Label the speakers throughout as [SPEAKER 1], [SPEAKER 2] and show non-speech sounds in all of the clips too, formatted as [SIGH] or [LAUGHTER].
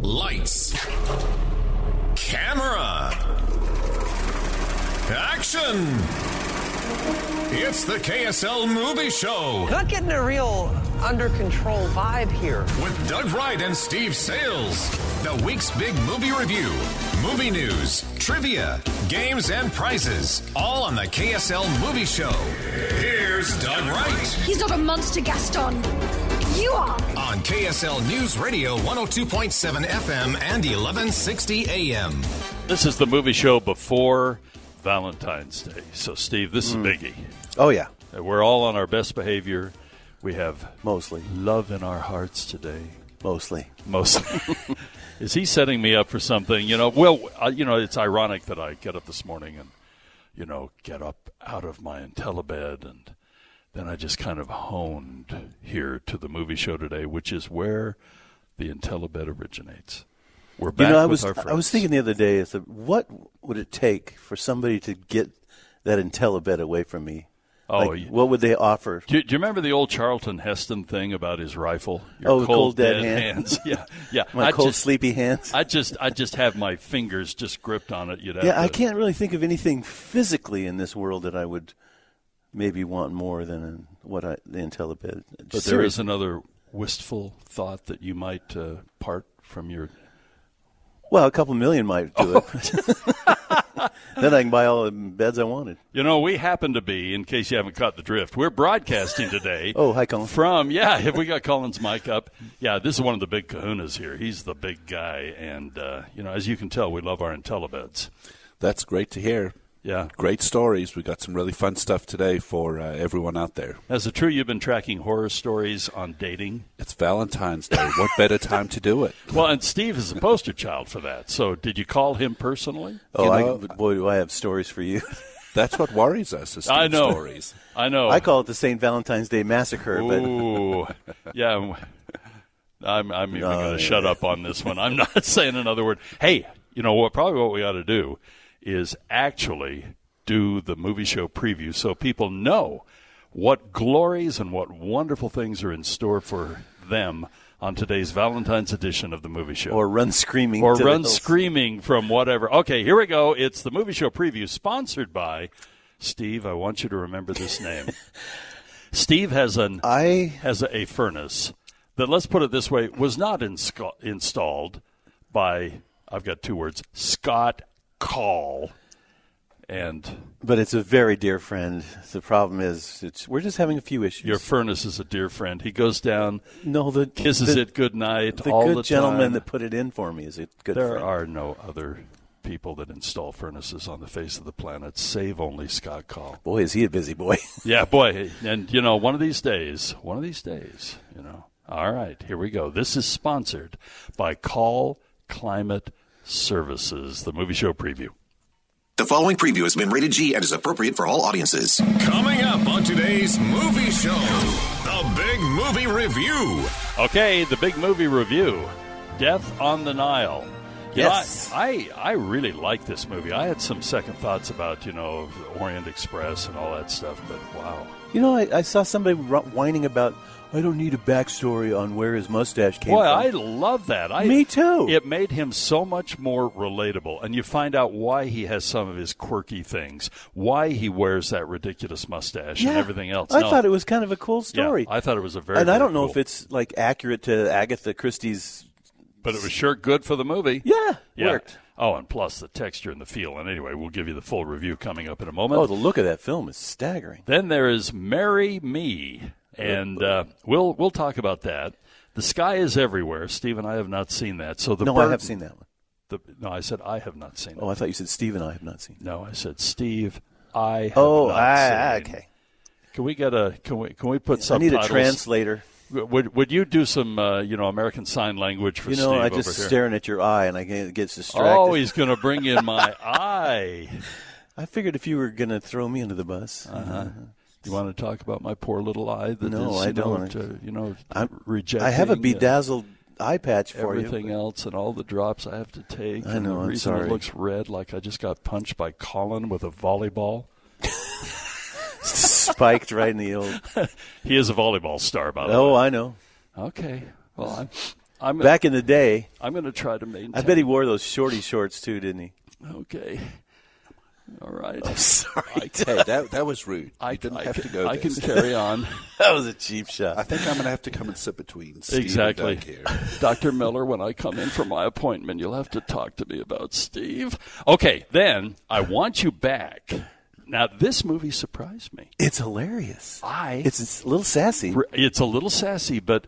[SPEAKER 1] Lights. Camera. Action. It's the KSL Movie Show.
[SPEAKER 2] Not getting a real under control vibe here.
[SPEAKER 1] With Doug Wright and Steve Sales. The week's big movie review, movie news, trivia, games, and prizes. All on the KSL Movie Show. Here's Doug Wright.
[SPEAKER 3] He's not a monster, Gaston. You are.
[SPEAKER 1] On KSL News Radio 102.7 FM and 1160 AM.
[SPEAKER 4] This is the movie show before Valentine's Day. So, Steve, this is Biggie.
[SPEAKER 5] Oh yeah,
[SPEAKER 4] We're all on our best behavior. We have
[SPEAKER 5] mostly,
[SPEAKER 4] love in our hearts today,
[SPEAKER 5] mostly.
[SPEAKER 4] mostly. [LAUGHS] is he setting me up for something? You know, well, uh, you know, it's ironic that I get up this morning and, you know, get up out of my IntelliBed and then I just kind of honed here to the movie show today, which is where the IntelliBed originates. We're back
[SPEAKER 5] you know, I
[SPEAKER 4] with
[SPEAKER 5] was
[SPEAKER 4] our friends.
[SPEAKER 5] I was thinking the other day, is that what would it take for somebody to get that IntelliBed away from me?
[SPEAKER 4] Oh,
[SPEAKER 5] Like,
[SPEAKER 4] yeah.
[SPEAKER 5] what would they offer?
[SPEAKER 4] Do you, do you remember the old Charlton Heston thing about his rifle?
[SPEAKER 5] Oh, the cold, dead hand.
[SPEAKER 4] [LAUGHS] Yeah, yeah.
[SPEAKER 5] [LAUGHS] My
[SPEAKER 4] I
[SPEAKER 5] cold,
[SPEAKER 4] just,
[SPEAKER 5] sleepy hands.
[SPEAKER 4] I just, I just have my fingers just gripped on it. You'd have
[SPEAKER 5] yeah,
[SPEAKER 4] to,
[SPEAKER 5] I can't really think of anything physically in this world that I would maybe want more than in what I the IntelliBed.
[SPEAKER 4] But there is another wistful thought that you might uh, part from your.
[SPEAKER 5] well, a couple million might do it.
[SPEAKER 4] Oh.
[SPEAKER 5] [LAUGHS]
[SPEAKER 4] [LAUGHS]
[SPEAKER 5] then I can buy all the beds I wanted.
[SPEAKER 4] You know, we happen to be, in case you haven't caught the drift, we're broadcasting today.
[SPEAKER 5] [LAUGHS] Oh, hi, Colin.
[SPEAKER 4] From, yeah, [LAUGHS] have we got Colin's mic up? Yeah, this is one of the big kahunas here. He's the big guy. And, uh, you know, as you can tell, we love our IntelliBeds.
[SPEAKER 6] That's great to hear.
[SPEAKER 4] Yeah.
[SPEAKER 6] Great stories. We got some really fun stuff today for uh, everyone out there.
[SPEAKER 4] As it true, you've been tracking horror stories on dating?
[SPEAKER 6] It's Valentine's Day. What better time to do it?
[SPEAKER 4] Well, and Steve is a poster child for that. So, did you call him personally?
[SPEAKER 5] Oh,
[SPEAKER 6] You
[SPEAKER 5] I,
[SPEAKER 6] know-
[SPEAKER 5] boy, do I have stories for you.
[SPEAKER 6] That's what worries us. Is
[SPEAKER 4] I
[SPEAKER 6] these
[SPEAKER 4] know.
[SPEAKER 6] stories.
[SPEAKER 4] I know.
[SPEAKER 5] I call it the St. Valentine's Day Massacre, but
[SPEAKER 4] Oh. Ooh, yeah. I'm- I'm, I'm even going to shut up on this one. I'm not [LAUGHS] saying another word. Hey, you know what? Probably what we ought to do is actually do the movie show preview so people know what glories and what wonderful things are in store for them on today's Valentine's edition of the movie show.
[SPEAKER 5] or run screaming
[SPEAKER 4] Or
[SPEAKER 5] to the
[SPEAKER 4] run
[SPEAKER 5] hills.
[SPEAKER 4] screaming from whatever. Okay, here we go. It's the movie show preview sponsored by Steve. I want you to remember this
[SPEAKER 5] [LAUGHS]
[SPEAKER 4] name. Steve has an
[SPEAKER 5] I
[SPEAKER 4] has a, a furnace that, let's put it this way, was not insco- installed by, I've got two words, Scott Call. And
[SPEAKER 5] but it's a very dear friend. The problem is it's we're just having a few issues.
[SPEAKER 4] your furnace is a dear friend. He goes down,
[SPEAKER 5] no, the
[SPEAKER 4] kisses
[SPEAKER 5] the,
[SPEAKER 4] it good night
[SPEAKER 5] The
[SPEAKER 4] all
[SPEAKER 5] good
[SPEAKER 4] the
[SPEAKER 5] gentleman
[SPEAKER 4] time.
[SPEAKER 5] that put it in for me is a good
[SPEAKER 4] There
[SPEAKER 5] friend.
[SPEAKER 4] are no other people that install furnaces on the face of the planet, save only Scott Call.
[SPEAKER 5] Boy, is he a busy boy. [LAUGHS]
[SPEAKER 4] Yeah, boy. And, you know, one of these days, one of these days, you know. All right, here we go. This is sponsored by Call Climate Services, the movie show preview.
[SPEAKER 7] The following preview has been rated G and is appropriate for all audiences.
[SPEAKER 1] Coming up on today's movie show, the big movie review.
[SPEAKER 4] Okay, the big movie review Death on the Nile. You know,
[SPEAKER 5] Yes.
[SPEAKER 4] I, I, I really like this movie. I had some second thoughts about, you know, Orient Express and all that stuff, but wow.
[SPEAKER 5] you know, I, I saw somebody ru- whining about I don't need a backstory on where his mustache came
[SPEAKER 4] Boy,
[SPEAKER 5] from.
[SPEAKER 4] I love that. I,
[SPEAKER 5] Me too.
[SPEAKER 4] It made him so much more relatable, and you find out why he has some of his quirky things, why he wears that ridiculous mustache
[SPEAKER 5] yeah,
[SPEAKER 4] and everything else.
[SPEAKER 5] I
[SPEAKER 4] No.
[SPEAKER 5] thought it was kind of a cool
[SPEAKER 4] Yeah,
[SPEAKER 5] story.
[SPEAKER 4] I thought it was a very.
[SPEAKER 5] and I
[SPEAKER 4] very
[SPEAKER 5] don't know
[SPEAKER 4] cool-
[SPEAKER 5] if it's like accurate to Agatha Christie's.
[SPEAKER 4] but it was sure good for the movie.
[SPEAKER 5] Yeah,
[SPEAKER 4] Yeah.
[SPEAKER 5] worked.
[SPEAKER 4] Oh, and plus the texture and the feel. And anyway, we'll give you the full review coming up in a moment.
[SPEAKER 5] Oh, the look of that film is staggering.
[SPEAKER 4] Then there is "Marry Me," and uh, we'll we'll talk about that. The sky is everywhere. Steve and I have not seen that. So the
[SPEAKER 5] no, I
[SPEAKER 4] burden-
[SPEAKER 5] have seen that one.
[SPEAKER 4] The, no, I said I have not seen it.
[SPEAKER 5] Oh, I thought you said Steve and I have not seen.
[SPEAKER 4] No, I said Steve. I have
[SPEAKER 5] Oh,
[SPEAKER 4] not
[SPEAKER 5] I, I-
[SPEAKER 4] seen.
[SPEAKER 5] okay.
[SPEAKER 4] Can we get a can we can we put
[SPEAKER 5] I
[SPEAKER 4] subtitles?
[SPEAKER 5] need a translator.
[SPEAKER 4] Would would you do some uh, you know American Sign Language for
[SPEAKER 5] You
[SPEAKER 4] Steve
[SPEAKER 5] know, I
[SPEAKER 4] over
[SPEAKER 5] just
[SPEAKER 4] here?
[SPEAKER 5] staring at your eye, and I get, gets distracted.
[SPEAKER 4] oh, he's going to bring in
[SPEAKER 5] [LAUGHS]
[SPEAKER 4] my eye.
[SPEAKER 5] I figured if you were going to throw me under the bus,
[SPEAKER 4] Uh-huh. You want to talk about my poor little eye? That
[SPEAKER 5] No,
[SPEAKER 4] is,
[SPEAKER 5] I
[SPEAKER 4] you know,
[SPEAKER 5] don't.
[SPEAKER 4] To, you know,
[SPEAKER 5] I'm-
[SPEAKER 4] rejecting.
[SPEAKER 5] I have a
[SPEAKER 4] and
[SPEAKER 5] bedazzled eye patch for
[SPEAKER 4] Everything
[SPEAKER 5] you.
[SPEAKER 4] else and all the drops I have to take.
[SPEAKER 5] I
[SPEAKER 4] and
[SPEAKER 5] know,
[SPEAKER 4] The
[SPEAKER 5] I'm
[SPEAKER 4] reason
[SPEAKER 5] sorry.
[SPEAKER 4] it looks red, like I just got punched by Colin with a volleyball. [LAUGHS]
[SPEAKER 5] spiked right in the old.
[SPEAKER 4] He is a volleyball star, by the
[SPEAKER 5] Oh,
[SPEAKER 4] way.
[SPEAKER 5] I know.
[SPEAKER 4] okay. Well, I'm. I'm
[SPEAKER 5] Back in the day,
[SPEAKER 4] I'm going to try to maintain.
[SPEAKER 5] I bet he wore those shorty shorts too, didn't
[SPEAKER 4] [LAUGHS]
[SPEAKER 5] he?
[SPEAKER 4] Okay. All right.
[SPEAKER 6] Sorry. hey, that, that was rude. I didn't Oh, have
[SPEAKER 4] can,
[SPEAKER 6] to go
[SPEAKER 4] I
[SPEAKER 6] there,
[SPEAKER 4] can
[SPEAKER 6] Steve.
[SPEAKER 4] carry on.
[SPEAKER 5] That was a cheap shot.
[SPEAKER 6] I think I'm going to have to come and sit between [LAUGHS] Steve
[SPEAKER 4] exactly.
[SPEAKER 6] and Doug here.
[SPEAKER 4] Dr. Miller, when I come in for my appointment, you'll have to talk to me about Steve. Okay, then I want you back. Now, this movie surprised me.
[SPEAKER 5] It's hilarious.
[SPEAKER 4] I
[SPEAKER 5] It's, it's a little sassy.
[SPEAKER 4] It's a little sassy, but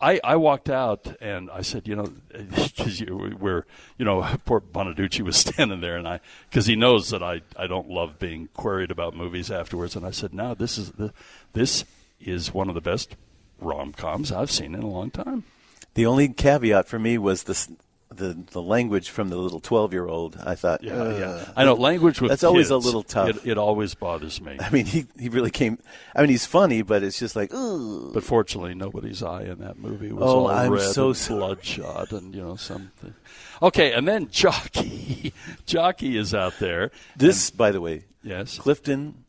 [SPEAKER 4] I, I walked out and I said, you know, [LAUGHS] because you, we're, you know, [LAUGHS] poor Bonaducci was [LAUGHS] standing there, and I, because he knows that I, I don't love being queried about movies afterwards, and I said, no, this is the, this is one of the best rom coms I've seen in a long time.
[SPEAKER 5] The only caveat for me was the s- the, the language from the little twelve year old. I thought, uh,
[SPEAKER 4] Yeah,
[SPEAKER 5] "Ugh."
[SPEAKER 4] yeah. I know language with
[SPEAKER 5] That's always a
[SPEAKER 4] kids,
[SPEAKER 5] little tough.
[SPEAKER 4] It, it always bothers me.
[SPEAKER 5] I mean, he he really came. I mean, he's funny, but it's just like, ooh.
[SPEAKER 4] But fortunately, nobody's eye in that movie was
[SPEAKER 5] Oh,
[SPEAKER 4] all
[SPEAKER 5] I'm
[SPEAKER 4] red
[SPEAKER 5] so
[SPEAKER 4] and
[SPEAKER 5] sorry.
[SPEAKER 4] bloodshot and, you know, something. Okay, and then Jockey. [LAUGHS] Jockey is out there.
[SPEAKER 5] This, by the way,
[SPEAKER 4] Yes.
[SPEAKER 5] Clifton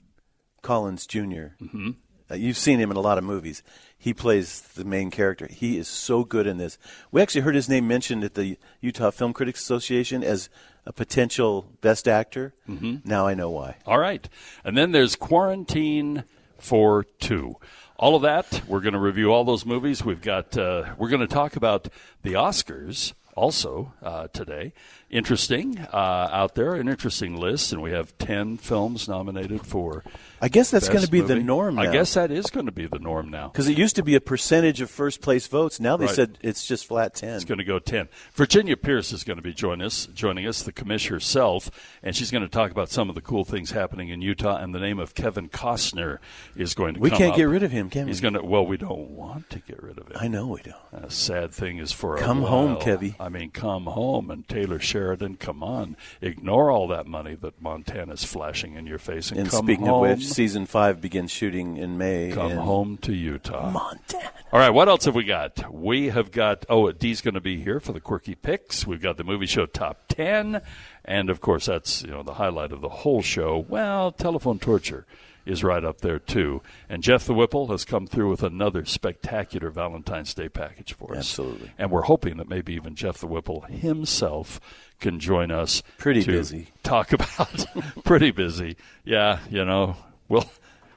[SPEAKER 5] Collins junior Mm-hmm. you've seen him in a lot of movies. He plays the main character. He is so good in this. We actually heard his name mentioned at the Utah Film Critics Association as a potential best actor. Mm-hmm. Now I know why.
[SPEAKER 4] All right. And then there's Quarantine for Two. All of that, we're going to review all those movies. We've got, uh, we're going to talk about the Oscars also uh, today. Interesting uh, out there, an interesting list. And we have 10 films nominated for.
[SPEAKER 5] I guess that's
[SPEAKER 4] best
[SPEAKER 5] going to be the
[SPEAKER 4] movie.
[SPEAKER 5] norm. Now.
[SPEAKER 4] I guess that is going to be the norm now.
[SPEAKER 5] Because it used to be a percentage of first place votes. Now they
[SPEAKER 4] Right.
[SPEAKER 5] said it's just flat 10.
[SPEAKER 4] It's going to go ten. Virginia Pierce is going to be joining us, joining us, the commissioner herself, and she's going to talk about some of the cool things happening in Utah. And the name of Kevin Costner is going to.
[SPEAKER 5] We
[SPEAKER 4] come
[SPEAKER 5] can't
[SPEAKER 4] up.
[SPEAKER 5] get rid of him, can
[SPEAKER 4] He's
[SPEAKER 5] we?
[SPEAKER 4] going to. Well, we don't want to get rid of him.
[SPEAKER 5] I know we don't.
[SPEAKER 4] A sad thing is for a
[SPEAKER 5] Come home,
[SPEAKER 4] while.
[SPEAKER 5] Kevy.
[SPEAKER 4] I mean, come home. And Taylor Sheridan, come on. Ignore all that money that Montana's flashing in your face, and,
[SPEAKER 5] And
[SPEAKER 4] come
[SPEAKER 5] speaking
[SPEAKER 4] home.
[SPEAKER 5] of which, season five begins shooting in May. Oh,
[SPEAKER 4] Come
[SPEAKER 5] in
[SPEAKER 4] home to Utah.
[SPEAKER 5] Montana.
[SPEAKER 4] All right, what else have we got? We have got, oh, Dee's going to be here for the quirky picks. We've got the movie show top 10. And of course, that's, you know, the highlight of the whole show. Well, telephone torture is right up there, too. And Jeff the Whipple has come through with another spectacular Valentine's Day package for us.
[SPEAKER 5] Absolutely.
[SPEAKER 4] And we're hoping that maybe even Jeff the Whipple himself can join us.
[SPEAKER 5] Pretty
[SPEAKER 4] to
[SPEAKER 5] busy.
[SPEAKER 4] Talk [LAUGHS] about pretty busy. Yeah, you know, we'll.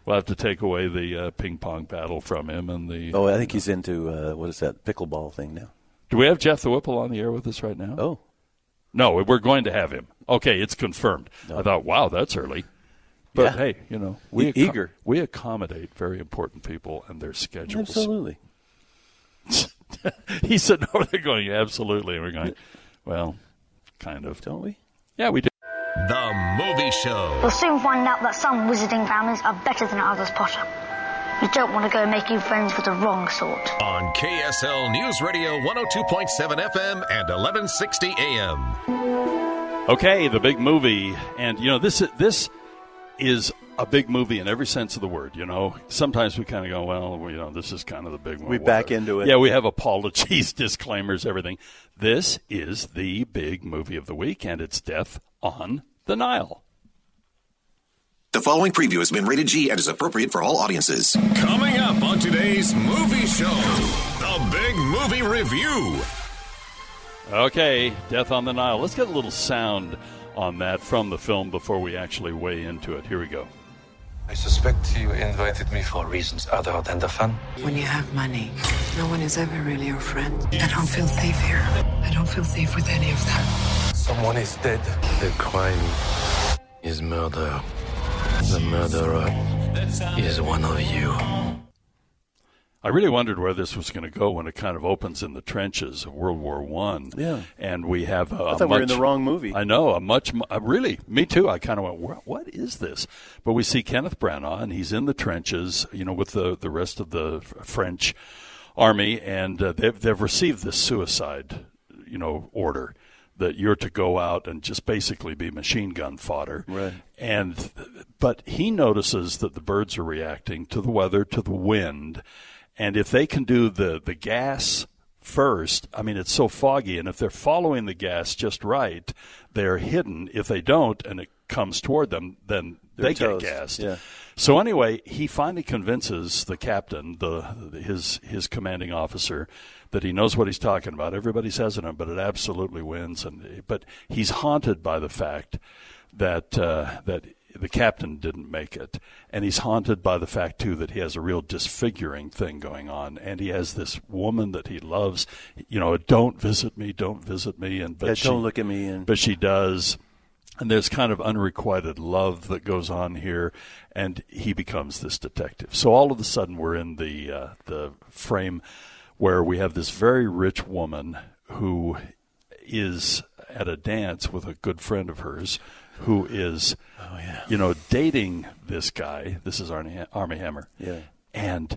[SPEAKER 4] We'll have to take away the uh, ping pong paddle from him and the
[SPEAKER 5] Oh, I think he's into, uh, what is that, pickleball thing now?
[SPEAKER 4] do we have Jeff the Whipple on the air with us right now?
[SPEAKER 5] Oh.
[SPEAKER 4] No, we're going to have him. Okay, it's confirmed. I thought, wow, that's early. But
[SPEAKER 5] Yeah.
[SPEAKER 4] hey, you know, we
[SPEAKER 5] E-
[SPEAKER 4] acco-
[SPEAKER 5] eager.
[SPEAKER 4] We accommodate very important people and their schedules.
[SPEAKER 5] Absolutely.
[SPEAKER 4] [LAUGHS] He said, "No, they're going absolutely." And we're going. Well, kind of.
[SPEAKER 5] Don't we?
[SPEAKER 4] Yeah, we do.
[SPEAKER 1] The Movie Show.
[SPEAKER 8] You'll soon find out that some wizarding families are better than others, Potter. You don't want to go making friends with the wrong sort.
[SPEAKER 1] On KSL News Radio 102.7 FM and 1160 AM.
[SPEAKER 4] Okay, the big movie, and you know this this is a big movie in every sense of the word. You know, sometimes we kind of go, well, you know, this is kind of the big one.
[SPEAKER 5] We back into it.
[SPEAKER 4] Yeah, we have apologies, [LAUGHS] disclaimers, everything. This is the big movie of the week, and it's Death on the Nile.
[SPEAKER 7] The following preview has been rated G and is appropriate for all audiences.
[SPEAKER 1] Coming up on today's movie show, the big movie review.
[SPEAKER 4] Okay, Death on the Nile. Let's get a little sound on that from the film before we actually weigh into it. Here we go.
[SPEAKER 2] I suspect you invited me for reasons other than the fun.
[SPEAKER 9] When you have money, no one is ever really your friend. I don't feel safe here. I don't feel safe with any of them.
[SPEAKER 2] Someone is dead. The crime is murder. The murderer is one of you.
[SPEAKER 4] I really wondered where this was going to go when it kind of opens in the trenches of World War One.
[SPEAKER 5] Yeah.
[SPEAKER 4] and we have. A
[SPEAKER 5] I thought we
[SPEAKER 4] much,
[SPEAKER 5] were in the wrong movie.
[SPEAKER 4] I know a much. mo- uh, Really, me too. I kind of went, "Wha- "What is this?" But we see Kenneth Branagh, and he's in the trenches, you know, with the the rest of the f- French army, and uh, they've they've received this suicide, you know, order that you're to go out and just basically be machine gun fodder.
[SPEAKER 5] Right.
[SPEAKER 4] And but he notices that the birds are reacting to the weather, to the wind, and if they can do the the gas first, I mean it's so foggy, and if they're following the gas just right, they're hidden. If they don't, and it comes toward them, then
[SPEAKER 5] They're
[SPEAKER 4] they
[SPEAKER 5] toast,
[SPEAKER 4] get gassed.
[SPEAKER 5] yeah.
[SPEAKER 4] So anyway, he finally convinces the captain, the his his commanding officer, that he knows what he's talking about. Everybody says it, but it absolutely wins. And but he's haunted by the fact that uh, that the captain didn't make it, and he's haunted by the fact too that he has a real disfiguring thing going on, and he has this woman that he loves. You know, don't visit me, don't visit me, and but
[SPEAKER 5] Yeah,
[SPEAKER 4] she-
[SPEAKER 5] don't look at me and-
[SPEAKER 4] but she does. And there's kind of unrequited love that goes on here, and he becomes this detective. So all of a sudden, we're in the uh, the frame where we have this very rich woman who is at a dance with a good friend of hers, who is,
[SPEAKER 5] Oh,
[SPEAKER 4] you know, dating this guy. This is Arnie, Ha- Army Hammer.
[SPEAKER 5] Yeah.
[SPEAKER 4] and.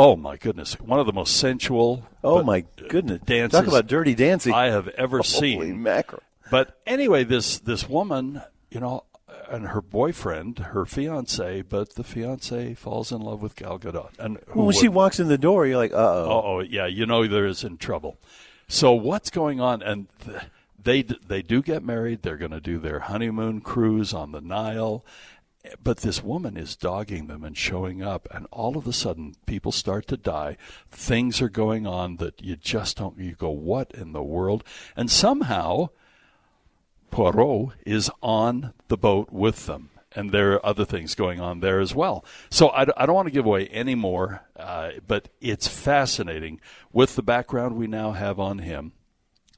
[SPEAKER 4] Oh my goodness! One of the most sensual.
[SPEAKER 5] Oh,
[SPEAKER 4] but-
[SPEAKER 5] my goodness.
[SPEAKER 4] Dances
[SPEAKER 5] Talk about dirty dancing.
[SPEAKER 4] I have ever
[SPEAKER 5] Holy
[SPEAKER 4] seen.
[SPEAKER 5] mackerel.
[SPEAKER 4] But anyway, this this woman, you know, and her boyfriend, her fiance, but the fiance falls in love with Gal Gadot. And who
[SPEAKER 5] Well, when she
[SPEAKER 4] wouldn't?
[SPEAKER 5] walks in the door, you're like, uh oh.
[SPEAKER 4] oh, yeah, you know there is in trouble. So what's going on? And th- they d- they do get married. They're going to do their honeymoon cruise on the Nile. But this woman is dogging them and showing up, and all of a sudden, people start to die. Things are going on that you just don't. You go, what in the world? And somehow, Poirot is on the boat with them. And there are other things going on there as well. So I, d- I don't want to give away any more, uh, but it's fascinating with the background we now have on him,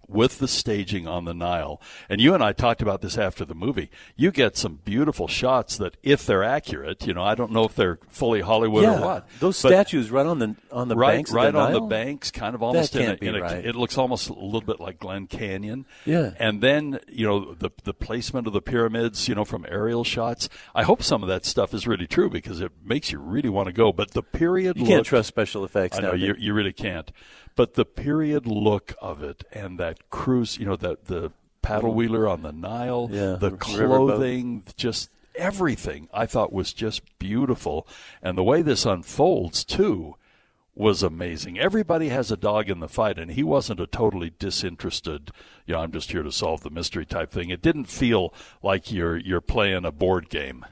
[SPEAKER 4] with the staging on the Nile. And you and I talked about this after the movie. You get some beautiful shots that, if they're accurate, you know, I don't know if they're fully Hollywood
[SPEAKER 5] yeah.
[SPEAKER 4] or what.
[SPEAKER 5] Those
[SPEAKER 4] but-
[SPEAKER 5] statues right on the on the
[SPEAKER 4] right,
[SPEAKER 5] banks.
[SPEAKER 4] right
[SPEAKER 5] of the
[SPEAKER 4] on
[SPEAKER 5] Nile?
[SPEAKER 4] the banks, kind of almost
[SPEAKER 5] That
[SPEAKER 4] in, a,
[SPEAKER 5] can't be
[SPEAKER 4] in a-
[SPEAKER 5] right.
[SPEAKER 4] It looks almost a little bit like Glen Canyon.
[SPEAKER 5] Yeah.
[SPEAKER 4] and then you know the the placement of the pyramids, you know, from aerial shots. I hope some of that stuff is really true because it makes you really want to go. But the period
[SPEAKER 5] You can't
[SPEAKER 4] look-
[SPEAKER 5] trust special effects
[SPEAKER 4] I know
[SPEAKER 5] nowadays.
[SPEAKER 4] you you really can't. But the period look of it and that cruise, you know, that the paddle wheeler on the Nile,
[SPEAKER 5] Yeah,
[SPEAKER 4] the
[SPEAKER 5] riverboat.
[SPEAKER 4] clothing, just everything I thought was just beautiful. And the way this unfolds too was amazing. Everybody has a dog in the fight, and he wasn't a totally disinterested, you know, I'm just here to solve the mystery type thing. It didn't feel like you're you're playing a board game.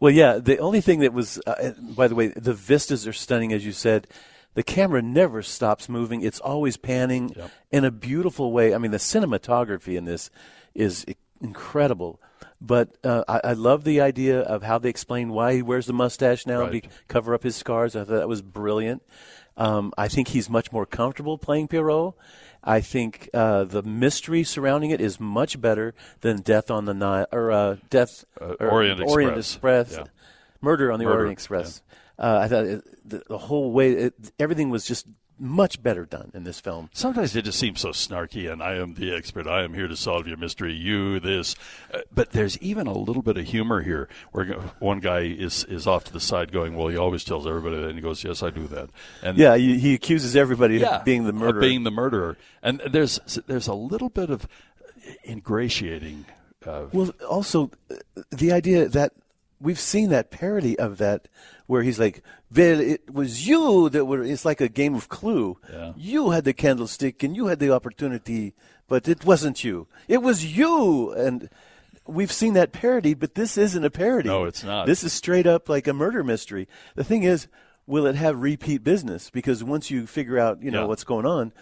[SPEAKER 5] Well, yeah. The only thing that was, uh, uh, by the way, the vistas are stunning, as you said. The camera never stops moving; it's always panning in a beautiful way. I mean, the cinematography in this is i- incredible. But uh, I, I love the idea of how they explain why he wears the mustache now
[SPEAKER 4] Right.
[SPEAKER 5] to cover up his scars. I thought that was brilliant. Um, I think he's much more comfortable playing Pierrot. I think uh, the mystery surrounding it is much better than Death on the Nile or uh, Death
[SPEAKER 4] Uh,
[SPEAKER 5] or
[SPEAKER 4] Orient
[SPEAKER 5] Orient
[SPEAKER 4] Express.
[SPEAKER 5] Express.
[SPEAKER 4] Yeah.
[SPEAKER 5] Murder on the
[SPEAKER 4] Murder,
[SPEAKER 5] Orient Express. Uh, I thought it, the, the whole way, it, everything was just much better done in this film.
[SPEAKER 4] Sometimes it just seems so snarky, and I am the expert. I am here to solve your mystery. You this, Uh, but there's even a little bit of humor here, where g- one guy is is off to the side going, "Well, he always tells everybody that," and he goes, "Yes, I do that." And
[SPEAKER 5] Yeah, you, he accuses everybody
[SPEAKER 4] yeah,
[SPEAKER 5] of being the
[SPEAKER 4] of
[SPEAKER 5] murderer.
[SPEAKER 4] being the murderer, and there's there's a little bit of ingratiating. Uh,
[SPEAKER 5] well, also uh, the idea that we've seen that parody of that, where he's like, "Well, it was you that were." It's like a game of Clue.
[SPEAKER 4] Yeah.
[SPEAKER 5] You had the candlestick and you had the opportunity, but it wasn't you. It was you, and we've seen that parody. But this isn't a parody.
[SPEAKER 4] No, it's not.
[SPEAKER 5] This is straight up like a murder mystery. The thing is, will it have repeat business? Because once you figure out, you know
[SPEAKER 4] Yeah.
[SPEAKER 5] what's going on.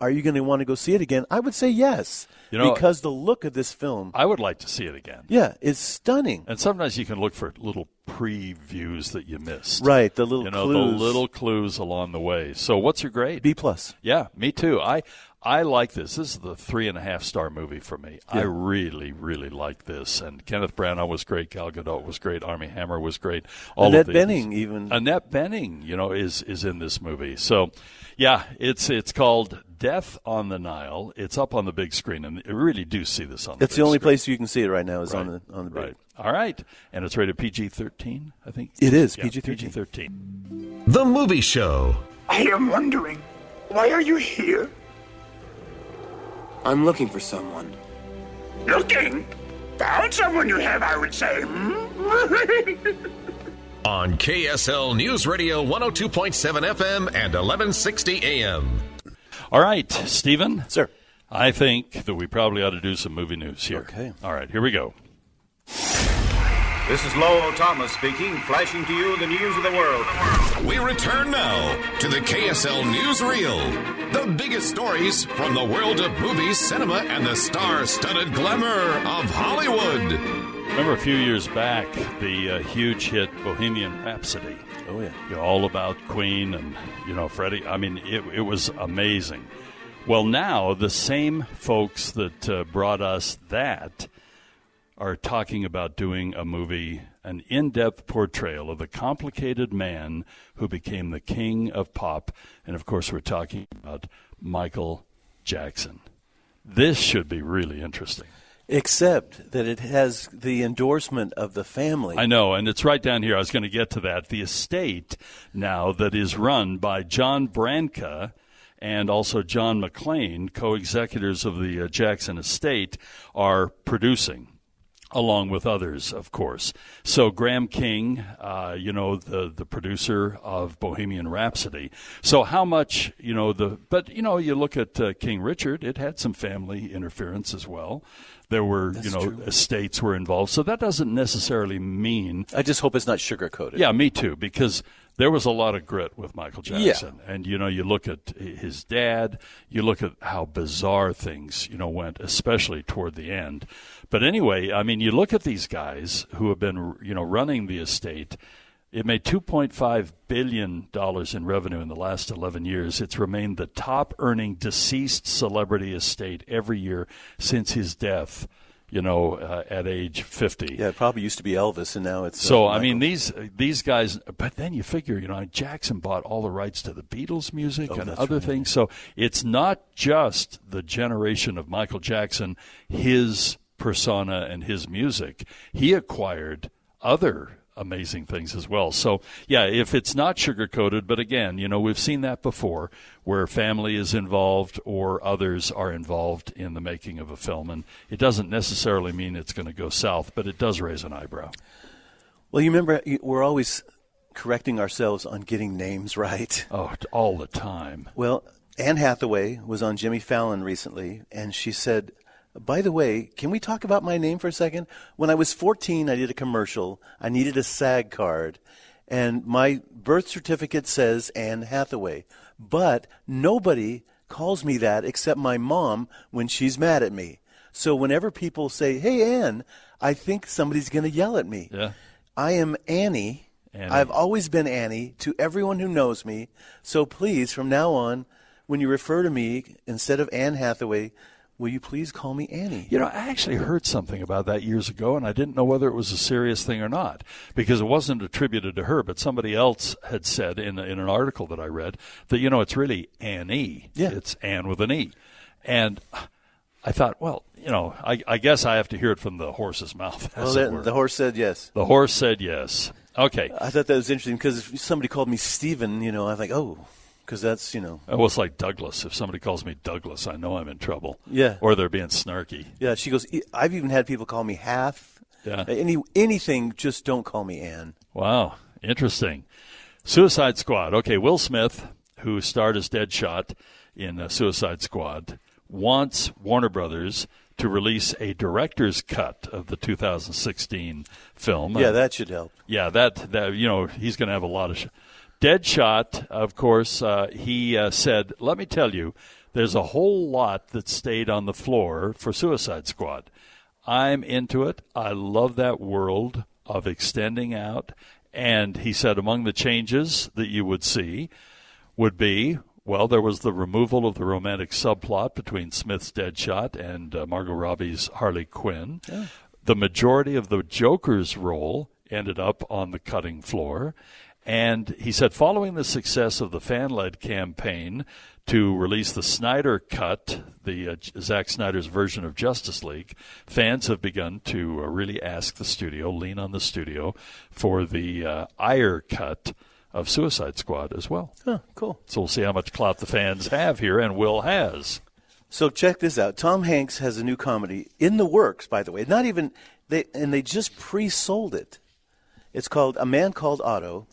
[SPEAKER 5] Are you going to want to go see it again? I would say yes,
[SPEAKER 4] You know-
[SPEAKER 5] because the look of this film
[SPEAKER 4] I would like to see it again.
[SPEAKER 5] yeah, it's stunning.
[SPEAKER 4] And sometimes you can look for little previews that you missed.
[SPEAKER 5] Right, the little
[SPEAKER 4] you know,
[SPEAKER 5] clues.
[SPEAKER 4] the little clues along the way. So, what's your grade?
[SPEAKER 5] B plus.
[SPEAKER 4] Yeah, me too. I I like this. This is the three and a half star movie for me. I really, really like this. And Kenneth Branagh was great. Gal Gadot was great. Army Hammer was great. All of
[SPEAKER 5] Annette
[SPEAKER 4] these-
[SPEAKER 5] Bening even.
[SPEAKER 4] Annette Benning, you know, is is in this movie. So, yeah, it's it's called Death on the Nile. It's up on the big screen, and you really do see this on. The
[SPEAKER 5] That's the
[SPEAKER 4] big
[SPEAKER 5] only
[SPEAKER 4] screen.
[SPEAKER 5] place you can see it right now is on the on the big.
[SPEAKER 4] Right. All right, and it's rated PG thirteen, I think.
[SPEAKER 5] It is
[SPEAKER 4] Yeah,
[SPEAKER 5] PG-13.
[SPEAKER 4] PG thirteen.
[SPEAKER 1] The Movie Show.
[SPEAKER 7] I
[SPEAKER 10] I am wondering, why are you here?
[SPEAKER 11] I'm looking for someone.
[SPEAKER 10] Looking? Found someone you have, I would say. hmm?
[SPEAKER 1] On KSL News Radio 102.7 FM and 1160 AM.
[SPEAKER 4] All right, Stephen. Sir. I think that we probably ought to do some movie news here. Okay. All right, here we go.
[SPEAKER 12] This is Lowell Thomas speaking, flashing to you the news of the world.
[SPEAKER 1] We return now to the KSL Newsreel. The biggest stories from the world of movies, cinema, and the star studded glamour of Hollywood.
[SPEAKER 4] Remember a few years back, the uh, huge hit Bohemian Rhapsody. Oh yeah, you know, all about Queen and you know Freddie. I mean, it, it was amazing. Well, now the same folks that uh, brought us that are talking about doing a movie, an in-depth portrayal of the complicated man who became the king of pop, and of course, we're talking about Michael Jackson. This should be really interesting.
[SPEAKER 5] Except that it has the endorsement of the family.
[SPEAKER 4] I know, and it's right down here. I was going to get to that. The estate now that is run by John Branca and also John McClain, co executors of the uh, Jackson estate, are producing. Along with others, of course. So Graham King, uh, you know the the producer of Bohemian Rhapsody. So how much, you know the, but you know you look at uh, King Richard, it had some family interference as well. There were, you know, estates were involved. So that doesn't necessarily mean.
[SPEAKER 5] I just hope it's not sugar coated.
[SPEAKER 4] Yeah, me too, because there was a lot of grit with Michael Jackson. And, you know, you look at his dad, you look at how bizarre things, you know, went, especially toward the end. But anyway, I mean, you look at these guys who have been, you know, running the estate. It made $2.5 billion in revenue in the last 11 years. It's remained the top earning deceased celebrity estate every year since his death, you know, uh, at age 50.
[SPEAKER 5] Yeah, it probably used to be Elvis, and now it's. uh,
[SPEAKER 4] So I
[SPEAKER 5] Michael.
[SPEAKER 4] mean these these guys, but then you figure you know Jackson bought all the rights to the Beatles music and
[SPEAKER 5] Oh, that's
[SPEAKER 4] other things, so it's not just the generation of Michael Jackson, his persona and his music. He acquired other amazing things as well. So yeah, if it's not sugar coated, but again, you know we've seen that before, where family is involved or others are involved in the making of a film, and it doesn't necessarily mean it's going to go south, but it does raise an eyebrow.
[SPEAKER 5] Well, you remember you- we're always correcting ourselves on getting names [LAUGHS] right.
[SPEAKER 4] Oh, all the time.
[SPEAKER 5] Well, Anne Hathaway was on Jimmy Fallon recently, and she said, "By the way, can we talk about my name for a second? When I was 14, I did a commercial. I needed a SAG card, and my birth certificate says Anne Hathaway, but nobody calls me that except my mom when she's mad at me. So whenever people say, "Hey, Anne," I think somebody's going to yell at me.
[SPEAKER 4] Yeah.
[SPEAKER 5] I am Annie.
[SPEAKER 4] Annie.
[SPEAKER 5] I've always been Annie to everyone who knows me. So please, from now on, when you refer to me instead of Anne Hathaway, will you please call me Annie?
[SPEAKER 4] You know, I actually heard something about that years ago, and I didn't know whether it was a serious thing or not because it wasn't attributed to her, but somebody else had said in, in an article that I read that, you know, it's really Annie. Yeah. It's Anne with an E. And I thought, well, you know, I, I guess I have to hear it from the horse's mouth. [LAUGHS] As
[SPEAKER 5] Well,
[SPEAKER 4] it were.
[SPEAKER 5] that, the horse said yes.
[SPEAKER 4] the horse said yes. Okay.
[SPEAKER 5] I thought that was interesting because if somebody called me Stephen, you know, I was like, oh, because that's you know,
[SPEAKER 4] Well, it's like Douglas. If somebody calls me Douglas, I know I'm in trouble.
[SPEAKER 5] Yeah.
[SPEAKER 4] Or they're being snarky.
[SPEAKER 5] yeah. She goes, "E- I've even had people call me Half.
[SPEAKER 4] Yeah.
[SPEAKER 5] Any anything, just don't call me Anne.
[SPEAKER 4] Wow, interesting. Suicide Squad. Okay, Will Smith, who starred as Deadshot in uh, Suicide Squad, wants Warner Brothers to release a director's cut of the 2016 film.
[SPEAKER 5] Yeah,
[SPEAKER 4] Uh,
[SPEAKER 5] that should help.
[SPEAKER 4] yeah, that that you know he's going to have a lot of. Sh- Deadshot, of course, uh, he uh, said, "Let me tell you, there's a whole lot that stayed on the floor for Suicide Squad. I'm into it. I love that world of extending out." And he said, among the changes that you would see would be well, there was the removal of the romantic subplot between Smith's Deadshot and uh, Margot Robbie's Harley Quinn. The majority of the Joker's role ended up on the cutting floor. And he said, following the success of the fan led campaign to release the Snyder Cut, the uh, J- Zack Snyder's version of Justice League, fans have begun to uh, really ask the studio, lean on the studio, for the uh, Iyer Cut of Suicide Squad as well.
[SPEAKER 5] Oh, cool.
[SPEAKER 4] So we'll see how much clout the fans have here, and Will has.
[SPEAKER 5] So check this out. Tom Hanks has a new comedy in the works, by the way. Not even they and they just pre-sold it. It's called A Man Called Otto.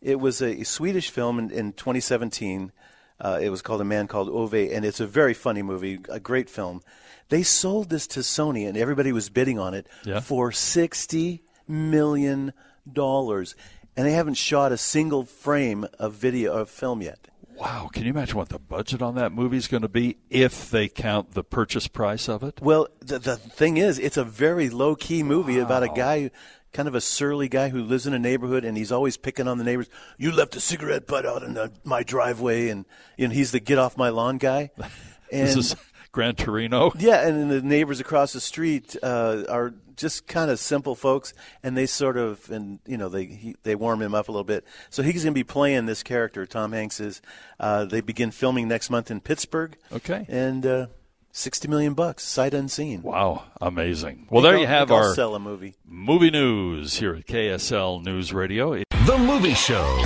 [SPEAKER 5] It was a Swedish film in, in 2017. Uh, it was called A Man Called Ove, and it's a very funny movie, a great film. They sold this to Sony, and everybody was bidding on it
[SPEAKER 4] Yeah.
[SPEAKER 5] for sixty million dollars, and they haven't shot a single frame of video of film yet.
[SPEAKER 4] Wow, can you imagine what the budget on that movie is going to be if they count the purchase price of it?
[SPEAKER 5] Well, the, the thing is, it's a very low key movie about a guy, kind of a surly guy who lives in a neighborhood and he's always picking on the neighbors. You left a cigarette butt out in the, my driveway, and you know, he's the get off my lawn guy. And
[SPEAKER 4] [LAUGHS] this is Gran Torino.
[SPEAKER 5] yeah, and then the neighbors across the street uh, are just kind of simple folks, and they sort of, and you know, they he, they warm him up a little bit. So he's going to be playing this character. Tom Hanks is. Uh, they begin filming next month in Pittsburgh.
[SPEAKER 4] Okay.
[SPEAKER 5] and uh, sixty million bucks, sight unseen.
[SPEAKER 4] Wow, amazing. Well,
[SPEAKER 5] Think
[SPEAKER 4] there you
[SPEAKER 5] I'll-
[SPEAKER 4] have
[SPEAKER 5] think I'll
[SPEAKER 4] our
[SPEAKER 5] sell a movie.
[SPEAKER 4] movie news here at KSL News Radio. The Movie Show.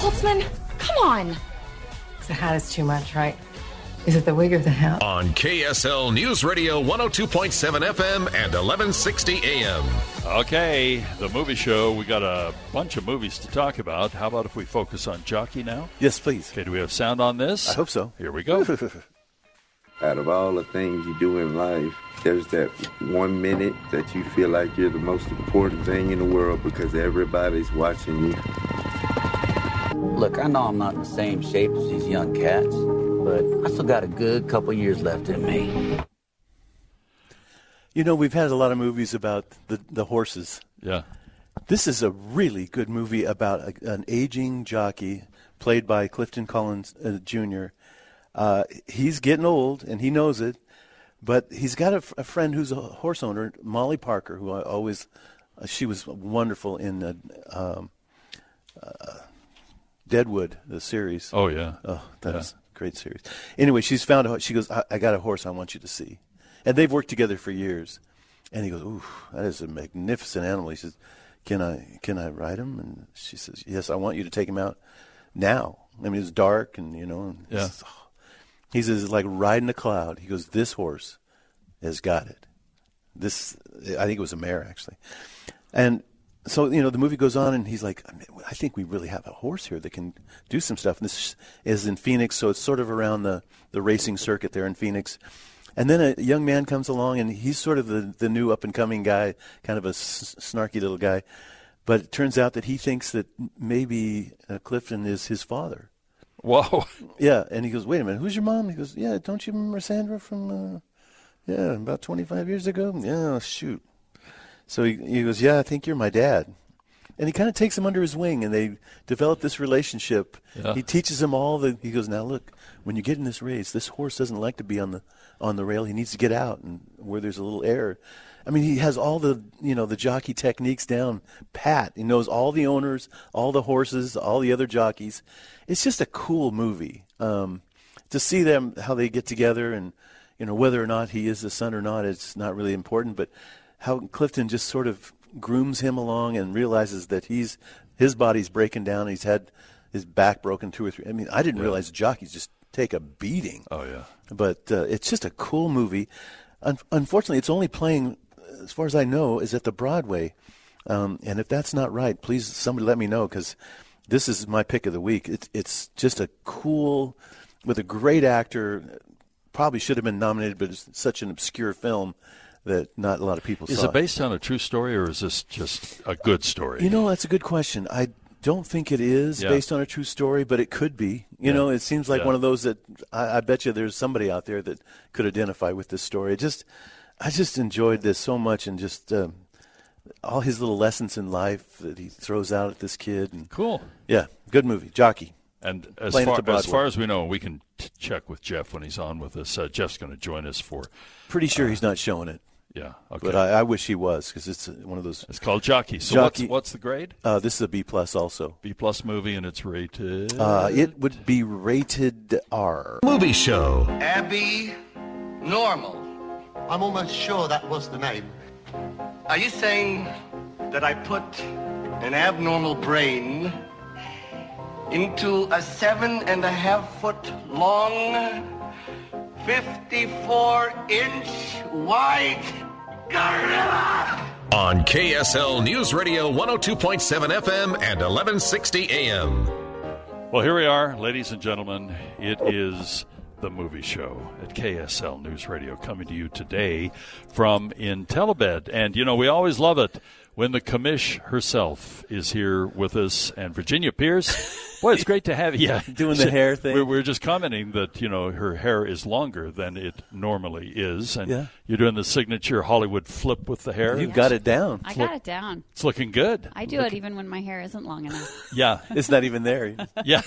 [SPEAKER 11] Holtzman, come on. The hat is too much, right? Is it the wig or the hat?
[SPEAKER 1] On KSL News Radio 102.7 FM and 1160 AM.
[SPEAKER 4] Okay, the movie show. We got a bunch of movies to talk about. How about if we focus on Jockey now?
[SPEAKER 5] Yes, please.
[SPEAKER 4] Okay, do we have sound on this? I hope
[SPEAKER 5] so.
[SPEAKER 4] Here we
[SPEAKER 5] [LAUGHS]
[SPEAKER 4] go.
[SPEAKER 13] Out of all the things you do in life, there's that one minute that you feel like you're the most important thing in the world because everybody's watching you.
[SPEAKER 14] Look, I know I'm not in the same shape as these young cats, but I still got a good couple years left in me.
[SPEAKER 5] You know, we've had a lot of movies about the, the horses.
[SPEAKER 4] Yeah.
[SPEAKER 5] This is a really good movie about a, an aging jockey played by Clifton Collins uh, Jr. Uh, he's getting old, and he knows it, but he's got a, f- a friend who's a horse owner, Molly Parker, who I always, uh, she was wonderful in uh, um, uh, Deadwood, the series.
[SPEAKER 4] Oh, yeah.
[SPEAKER 5] Oh,
[SPEAKER 4] Yeah.
[SPEAKER 5] that's a great series. Anyway, she's found a ho- she goes, I, I got a horse I want you to see. And they've worked together for years. And he goes, Ooh, that is a magnificent animal. He says, Can I can I ride him? And she says, Yes, I want you to take him out now. I mean it's dark and you know and he
[SPEAKER 4] Yeah.
[SPEAKER 5] says, "Oh." he says it's like riding a cloud. He goes, This horse has got it. This I think it was a mare actually. And so you know the movie goes on, and he's like, I, mean, I think we really have a horse here that can do some stuff. And this is in Phoenix, so it's sort of around the the racing circuit there in Phoenix. And then a young man comes along, and he's sort of the the new up and coming guy, kind of a s- snarky little guy. But it turns out that he thinks that maybe uh, Clifton is his father.
[SPEAKER 4] Whoa.
[SPEAKER 5] Yeah, and he goes, "Wait a minute, who's your mom?" He goes, "Yeah, don't you remember Sandra from, uh, yeah, about 25 years ago?" Yeah, shoot. So he, he goes, "Yeah, I think you're my dad," and he kind of takes him under his wing, and they develop this relationship.
[SPEAKER 4] Yeah.
[SPEAKER 5] He teaches him all the. He goes, "Now look, when you get in this race, this horse doesn't like to be on the on the rail. He needs to get out and where there's a little air." I mean, he has all the you know the jockey techniques down pat. He knows all the owners, all the horses, all the other jockeys. It's just a cool movie um, to see them how they get together and you know whether or not he is the son or not. It's not really important, but how Clifton just sort of grooms him along and realizes that he's his body's breaking down. He's had his back broken two or three. I mean, I didn't realize jockeys just take a beating.
[SPEAKER 4] Oh yeah.
[SPEAKER 5] But uh, it's just a cool movie. Un- unfortunately, it's only playing, as far as I know, is at the Broadway. Um, and if that's not right, please somebody let me know because this is my pick of the week. It's it's just a cool, with a great actor. Probably should have been nominated, but it's such an obscure film that not a lot of people
[SPEAKER 4] Is
[SPEAKER 5] saw.
[SPEAKER 4] it based on a true story or is this just a good story?
[SPEAKER 5] You know, that's a good question. I don't think it is
[SPEAKER 4] Yeah.
[SPEAKER 5] based on a true story, but it could be. You
[SPEAKER 4] Yeah.
[SPEAKER 5] know, it seems like
[SPEAKER 4] Yeah.
[SPEAKER 5] one of those that I, I bet you there's somebody out there that could identify with this story. It just, I just enjoyed this so much, and just um, all his little lessons in life that he throws out at this kid. And,
[SPEAKER 4] cool.
[SPEAKER 5] Yeah, good movie, Jockey.
[SPEAKER 4] And as
[SPEAKER 5] Playing at
[SPEAKER 4] far,
[SPEAKER 5] the
[SPEAKER 4] as
[SPEAKER 5] Broadway.
[SPEAKER 4] far as we know, we can t- check with Jeff when he's on with us. Uh, Jeff's going to join us for.
[SPEAKER 5] Pretty sure he's not showing it.
[SPEAKER 4] Yeah, Uh, okay.
[SPEAKER 5] But I, I wish he was because it's uh, one of those.
[SPEAKER 4] It's called Jockey. So
[SPEAKER 5] Jockey.
[SPEAKER 4] What's, what's the grade?
[SPEAKER 5] Uh, this is a B plus also.
[SPEAKER 4] B plus movie, and it's rated.
[SPEAKER 5] Uh, it would be rated R.
[SPEAKER 1] Movie show.
[SPEAKER 15] Abby Normal. I'm almost sure that was the name. Are you saying that I put an abnormal brain into a seven and a half foot long, 54 inch wide gorilla.
[SPEAKER 1] On KSL News Radio 102.7 FM and 1160 AM.
[SPEAKER 4] Well, here we are, ladies and gentlemen. It is the movie show at KSL News Radio coming to you today from Intellibed. And, you know, we always love it when the commish herself is here with us and Virginia
[SPEAKER 5] [LAUGHS]
[SPEAKER 4] Pierce. Boy, it's great to have you.
[SPEAKER 5] Yeah, doing the hair thing.
[SPEAKER 4] We're, we're just commenting that, you know, her hair is longer than it normally is. And
[SPEAKER 5] Yeah.
[SPEAKER 4] you're doing the signature Hollywood flip with the hair.
[SPEAKER 5] You got it down.
[SPEAKER 16] I got it down.
[SPEAKER 4] It's looking good.
[SPEAKER 16] I do it even when my hair isn't long enough.
[SPEAKER 4] Yeah.
[SPEAKER 5] It's not even there.
[SPEAKER 4] yeah.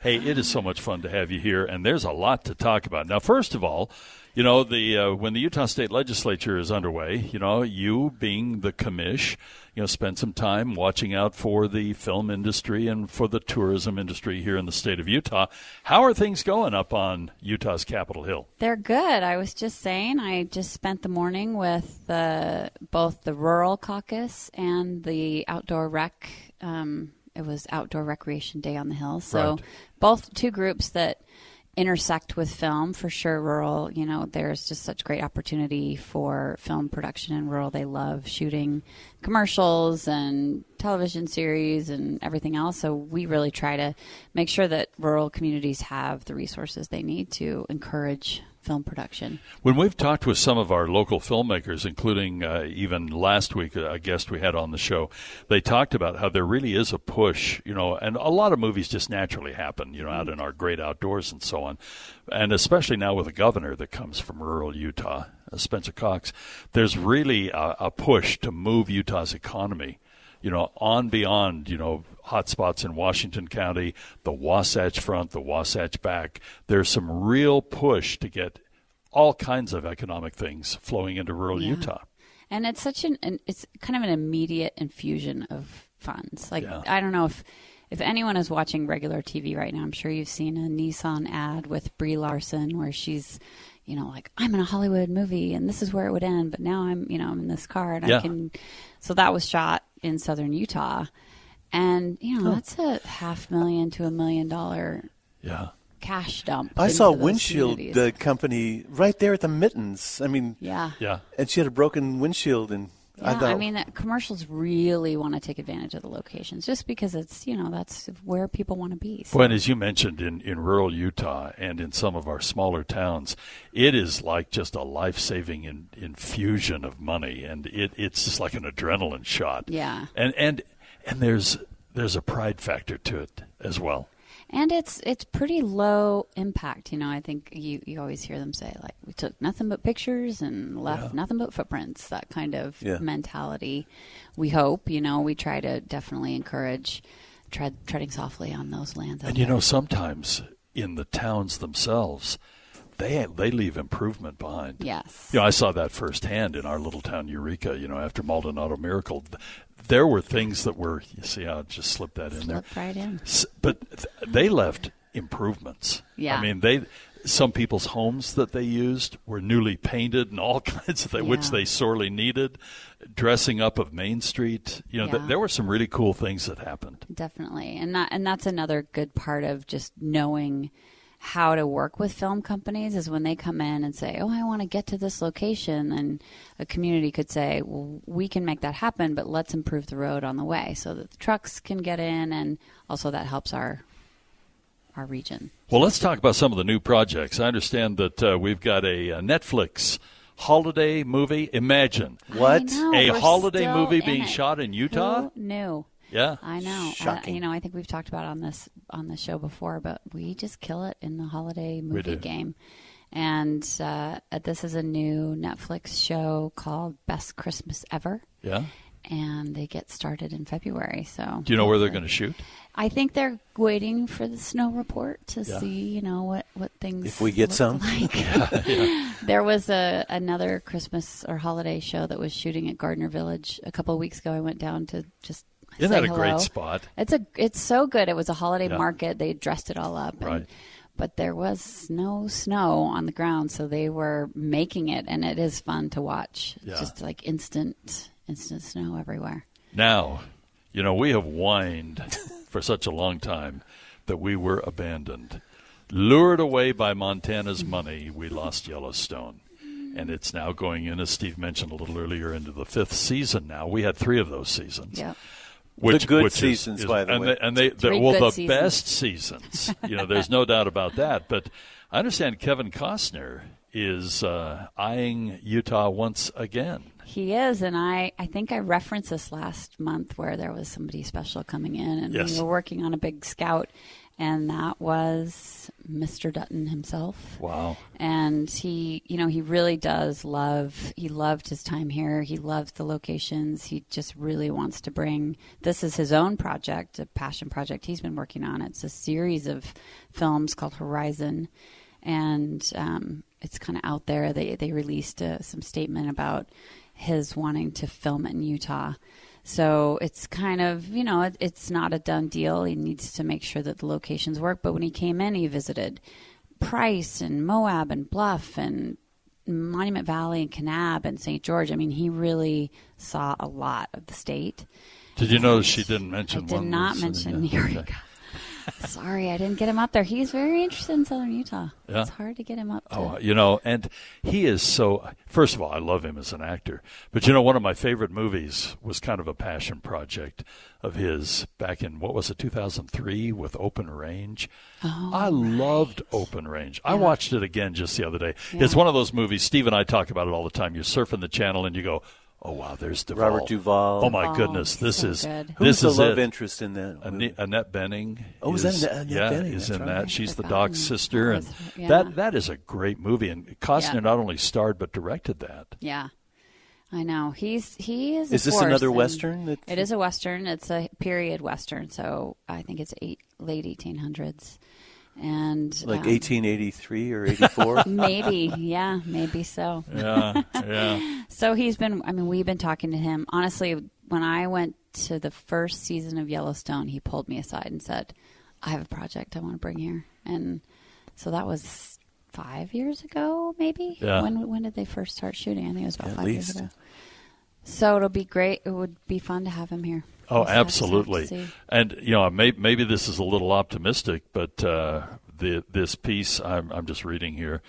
[SPEAKER 4] Hey, it is so much fun to have you here, and there's a lot to talk about. Now, first of all, you know, the uh, when the Utah State Legislature is underway, you know, you being the commish, you know, spend some time watching out for the film industry and for the tourism industry here in the state of Utah. How are things going up on Utah's Capitol Hill?
[SPEAKER 16] They're good. I was just saying, I just spent the morning with the, both the rural caucus and the outdoor rec. Um, it was outdoor recreation day on the hill. So
[SPEAKER 17] Right.
[SPEAKER 16] both two groups that intersect with film for sure. Rural, you know, there's just such great opportunity for film production in rural. They love shooting commercials and television series and everything else. So we really try to make sure that rural communities have the resources they need to encourage film production.
[SPEAKER 4] When we've talked with some of our local filmmakers, including uh, even last week, uh, a guest we had on the show, they talked about how there really is a push, you know, and a lot of movies just naturally happen, you know, out in our great outdoors and so on. And especially now with a governor that comes from rural Utah, uh, Spencer Cox, there's really a, a push to move Utah's economy you know, on beyond, you know, hotspots in Washington County, the Wasatch Front, the Wasatch Back. There's some real push to get all kinds of economic things flowing into rural
[SPEAKER 16] Yeah.
[SPEAKER 4] Utah.
[SPEAKER 16] And it's such an, an it's kind of an immediate infusion of funds. Like
[SPEAKER 4] Yeah.
[SPEAKER 16] I don't know if if anyone is watching regular TV right now, I'm sure you've seen a Nissan ad with Brie Larson where she's, you know, like I'm in a Hollywood movie and this is where it would end, but now I'm, you know, I'm in this car and
[SPEAKER 17] Yeah.
[SPEAKER 16] I can. So that was shot in southern Utah, and you know
[SPEAKER 17] Oh.
[SPEAKER 16] that's a half million to a million dollar
[SPEAKER 4] yeah
[SPEAKER 16] cash dump.
[SPEAKER 5] I saw
[SPEAKER 16] into those
[SPEAKER 5] windshield
[SPEAKER 16] communities.
[SPEAKER 5] the company right there at the mittens. I mean,
[SPEAKER 16] Yeah.
[SPEAKER 4] yeah,
[SPEAKER 5] and she had a broken windshield, and I
[SPEAKER 16] Yeah,
[SPEAKER 5] thought,
[SPEAKER 16] I, mean, that commercials really want to take advantage of the locations just because it's, you know, that's where people want to be. So-
[SPEAKER 4] Well, and as you mentioned, in, in rural Utah and in some of our smaller towns, it is like just a life saving in, infusion of money, and it, it's just like an adrenaline shot.
[SPEAKER 16] Yeah.
[SPEAKER 4] and and and there's there's a pride factor to it as well.
[SPEAKER 16] And it's it's pretty low impact, you know. I think you, you always hear them say like we took nothing but pictures and left
[SPEAKER 17] Yeah.
[SPEAKER 16] nothing but footprints, that kind of
[SPEAKER 17] Yeah.
[SPEAKER 16] mentality. We hope, you know, we try to definitely encourage tread, treading softly on those lands. out
[SPEAKER 4] And you
[SPEAKER 16] there.
[SPEAKER 4] know, sometimes in the towns themselves, they they leave improvement behind.
[SPEAKER 16] Yes.
[SPEAKER 4] You know, I saw that firsthand in our little town Eureka. You know, after Maldonado Miracle, th- there were things that were. You see, I just slipped that in there.
[SPEAKER 16] Slipped right in.
[SPEAKER 4] S- But th- they left improvements.
[SPEAKER 16] Yeah.
[SPEAKER 4] I mean, they. Some people's homes that they used were newly painted and all [LAUGHS] kinds of things, which
[SPEAKER 16] Yeah.
[SPEAKER 4] they sorely needed. Dressing up of Main Street, you know, th-
[SPEAKER 16] Yeah.
[SPEAKER 4] there were some really cool things that happened.
[SPEAKER 16] Definitely. And that and that's another good part of just knowing how to work with film companies is when they come in and say, "Oh, I want to get to this location." And a community could say, "Well, we can make that happen, but let's improve the road on the way so that the trucks can get in and also that helps our our region."
[SPEAKER 4] Well, let's talk about some of the new projects. I understand that uh, we've got a, uh Netflix holiday movie. Imagine
[SPEAKER 16] What? know,
[SPEAKER 4] a
[SPEAKER 16] we're
[SPEAKER 4] holiday
[SPEAKER 16] still
[SPEAKER 4] movie
[SPEAKER 16] in
[SPEAKER 4] being
[SPEAKER 16] it.
[SPEAKER 4] shot in Utah?
[SPEAKER 16] Who knew?
[SPEAKER 4] Yeah.
[SPEAKER 16] I know. Uh,
[SPEAKER 4] Shocking.
[SPEAKER 16] you know, I think we've talked about on this on the show before, but we just kill it in the holiday movie
[SPEAKER 17] do.
[SPEAKER 16] game. And uh, this is a new Netflix show called Best Christmas Ever.
[SPEAKER 4] Yeah.
[SPEAKER 16] And they get started in February. So
[SPEAKER 4] Do you know where they're going to shoot?
[SPEAKER 16] I think they're waiting for the snow report to
[SPEAKER 4] Yeah.
[SPEAKER 16] see, you know, what what things
[SPEAKER 5] if we get
[SPEAKER 16] look
[SPEAKER 5] some,
[SPEAKER 4] [LAUGHS]
[SPEAKER 16] [LAUGHS] there was a another Christmas or holiday show that was shooting at Gardner Village a couple of weeks ago. I went down to just
[SPEAKER 4] Isn't
[SPEAKER 16] say
[SPEAKER 4] that a
[SPEAKER 16] hello.
[SPEAKER 4] great spot?
[SPEAKER 16] It's a it's so good. It was a holiday
[SPEAKER 4] Yeah.
[SPEAKER 16] market. They dressed it all up. and-
[SPEAKER 4] Right.
[SPEAKER 16] but there was no snow on the ground, so they were making it, and it is fun to watch. It's
[SPEAKER 4] Yeah.
[SPEAKER 16] just like instant instant snow everywhere.
[SPEAKER 4] [LAUGHS] Now, you know, we have whined for such a long time that we were abandoned. Lured away by Montana's money, we lost Yellowstone. And it's now going in, as Steve mentioned a little earlier, into the fifth season now. We had three of those seasons.
[SPEAKER 16] Yeah.
[SPEAKER 4] Which,
[SPEAKER 5] The good
[SPEAKER 4] which is-
[SPEAKER 5] seasons,
[SPEAKER 4] is-
[SPEAKER 5] by the
[SPEAKER 4] and
[SPEAKER 5] way.
[SPEAKER 4] They, and they, the,
[SPEAKER 5] Three
[SPEAKER 4] well,
[SPEAKER 5] good
[SPEAKER 4] the
[SPEAKER 5] seasons.
[SPEAKER 4] best seasons. You know, there's no doubt about that. But I understand Kevin Costner is uh, eyeing Utah once again.
[SPEAKER 16] He is, and I, I think I referenced this last month where there was somebody special coming in, and
[SPEAKER 4] Yes.
[SPEAKER 16] we were working on a big scout, and that was Mr. Dutton himself.
[SPEAKER 4] Wow.
[SPEAKER 16] And he, you know, he really does love, he loved his time here. He loved the locations. He just really wants to bring, this is his own project, a passion project he's been working on. It's a series of films called Horizon. And um, it's kind of out there. They, they released uh some statement about his wanting to film it in Utah. So it's kind of, you know, it, it's not a done deal. He needs to make sure that the locations work. But when he came in, he visited Price and Moab and Bluff and Monument Valley and Kanab and St. George. I mean, he really saw a lot of the state.
[SPEAKER 4] Did you notice she didn't mention
[SPEAKER 16] I did
[SPEAKER 4] one
[SPEAKER 16] not
[SPEAKER 4] was-
[SPEAKER 16] mention
[SPEAKER 4] yeah,
[SPEAKER 16] Eureka.
[SPEAKER 4] okay.
[SPEAKER 16] [LAUGHS] Sorry, I didn't get him up there. He's very interested in Southern Utah.
[SPEAKER 4] Yeah.
[SPEAKER 16] It's hard to get him up. To,
[SPEAKER 4] Oh, you know, and he is so. First of all, I love him as an actor. But you know, one of my favorite movies was kind of a passion project of his back in what was it, 2003, with Open Range.
[SPEAKER 5] Oh,
[SPEAKER 4] I loved Open Range. I watched it again just the other day.
[SPEAKER 5] Yeah.
[SPEAKER 4] It's one of those movies. Steve and I talk about it all the time. You're surfing the channel and you go, "Oh wow, there's Duvall.
[SPEAKER 5] Robert Duvall.
[SPEAKER 4] Oh my
[SPEAKER 5] Oh,
[SPEAKER 4] goodness, this
[SPEAKER 5] so
[SPEAKER 4] is
[SPEAKER 5] good.
[SPEAKER 4] this
[SPEAKER 5] Who's the
[SPEAKER 4] is
[SPEAKER 5] love
[SPEAKER 4] it.
[SPEAKER 5] interest in that
[SPEAKER 4] Anne- Annette Benning.
[SPEAKER 5] Oh, is that Annette- Annette
[SPEAKER 4] yeah,
[SPEAKER 5] Bening?
[SPEAKER 4] is
[SPEAKER 5] That's
[SPEAKER 4] in
[SPEAKER 5] right.
[SPEAKER 4] that.
[SPEAKER 5] I'd
[SPEAKER 4] She's
[SPEAKER 16] [LAUGHS]
[SPEAKER 4] the doc's sister, and
[SPEAKER 16] her- yeah.
[SPEAKER 4] that that is a great movie. And Costner
[SPEAKER 16] Yeah.
[SPEAKER 4] not only starred but directed that.
[SPEAKER 16] Yeah, I know. He's he is. a
[SPEAKER 4] Is this
[SPEAKER 16] force,
[SPEAKER 4] another
[SPEAKER 16] and
[SPEAKER 4] Western that-
[SPEAKER 16] It is a western. It's a period western. So I think it's eight late eighteen hundreds, and
[SPEAKER 5] Like
[SPEAKER 16] um,
[SPEAKER 5] 1883 or
[SPEAKER 16] [LAUGHS]
[SPEAKER 5] 84?
[SPEAKER 16] maybe, yeah, maybe so.
[SPEAKER 5] Yeah, yeah.
[SPEAKER 16] [LAUGHS] So he's been. I mean, we've been talking to him. Honestly, when I went to the first season of Yellowstone, he pulled me aside and said, "I have a project I want to bring here," and so that was five years ago, maybe.
[SPEAKER 3] Yeah.
[SPEAKER 16] When when did they first start shooting? I think it was about
[SPEAKER 3] At
[SPEAKER 16] five
[SPEAKER 3] least.
[SPEAKER 16] years ago. So it'll be great. It would be fun to have him here.
[SPEAKER 4] Oh,
[SPEAKER 16] Just have to- have to
[SPEAKER 4] absolutely.
[SPEAKER 16] see.
[SPEAKER 4] And you know, may, maybe this is a little optimistic, but uh, the this piece I'm I'm just reading here.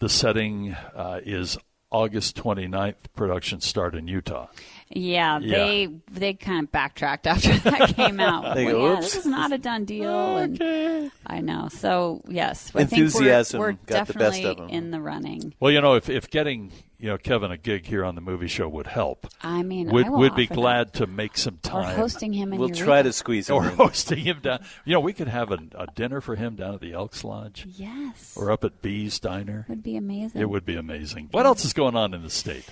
[SPEAKER 4] The setting uh, is August 29th. Production start in Utah.
[SPEAKER 16] Yeah,
[SPEAKER 4] Yeah.
[SPEAKER 16] they they kind of backtracked [LAUGHS] after that came out.
[SPEAKER 4] They
[SPEAKER 16] Well,
[SPEAKER 4] go,
[SPEAKER 16] yeah, this
[SPEAKER 4] "Oops."
[SPEAKER 16] is not a done deal. And I know. So yes, I
[SPEAKER 5] Enthusiasm
[SPEAKER 16] think we're, we're
[SPEAKER 5] got the best
[SPEAKER 16] definitely
[SPEAKER 5] of 'em.
[SPEAKER 16] in the running.
[SPEAKER 4] Well, you know, if, if getting you know Kevin a gig here on the movie show would help,
[SPEAKER 16] I mean,
[SPEAKER 4] would
[SPEAKER 16] I will
[SPEAKER 4] would be
[SPEAKER 16] offer
[SPEAKER 4] glad to make some
[SPEAKER 16] Or
[SPEAKER 4] time.
[SPEAKER 16] hosting him in
[SPEAKER 5] We'll
[SPEAKER 16] Eureka.
[SPEAKER 5] try to squeeze him
[SPEAKER 4] or [LAUGHS]
[SPEAKER 5] in.
[SPEAKER 4] hosting him down. You know, we could have a, a dinner for him down at the Elks Lodge.
[SPEAKER 16] Yes.
[SPEAKER 4] Or up at Bee's Diner.
[SPEAKER 16] Would be amazing.
[SPEAKER 4] It would be amazing. What else is going on in the state?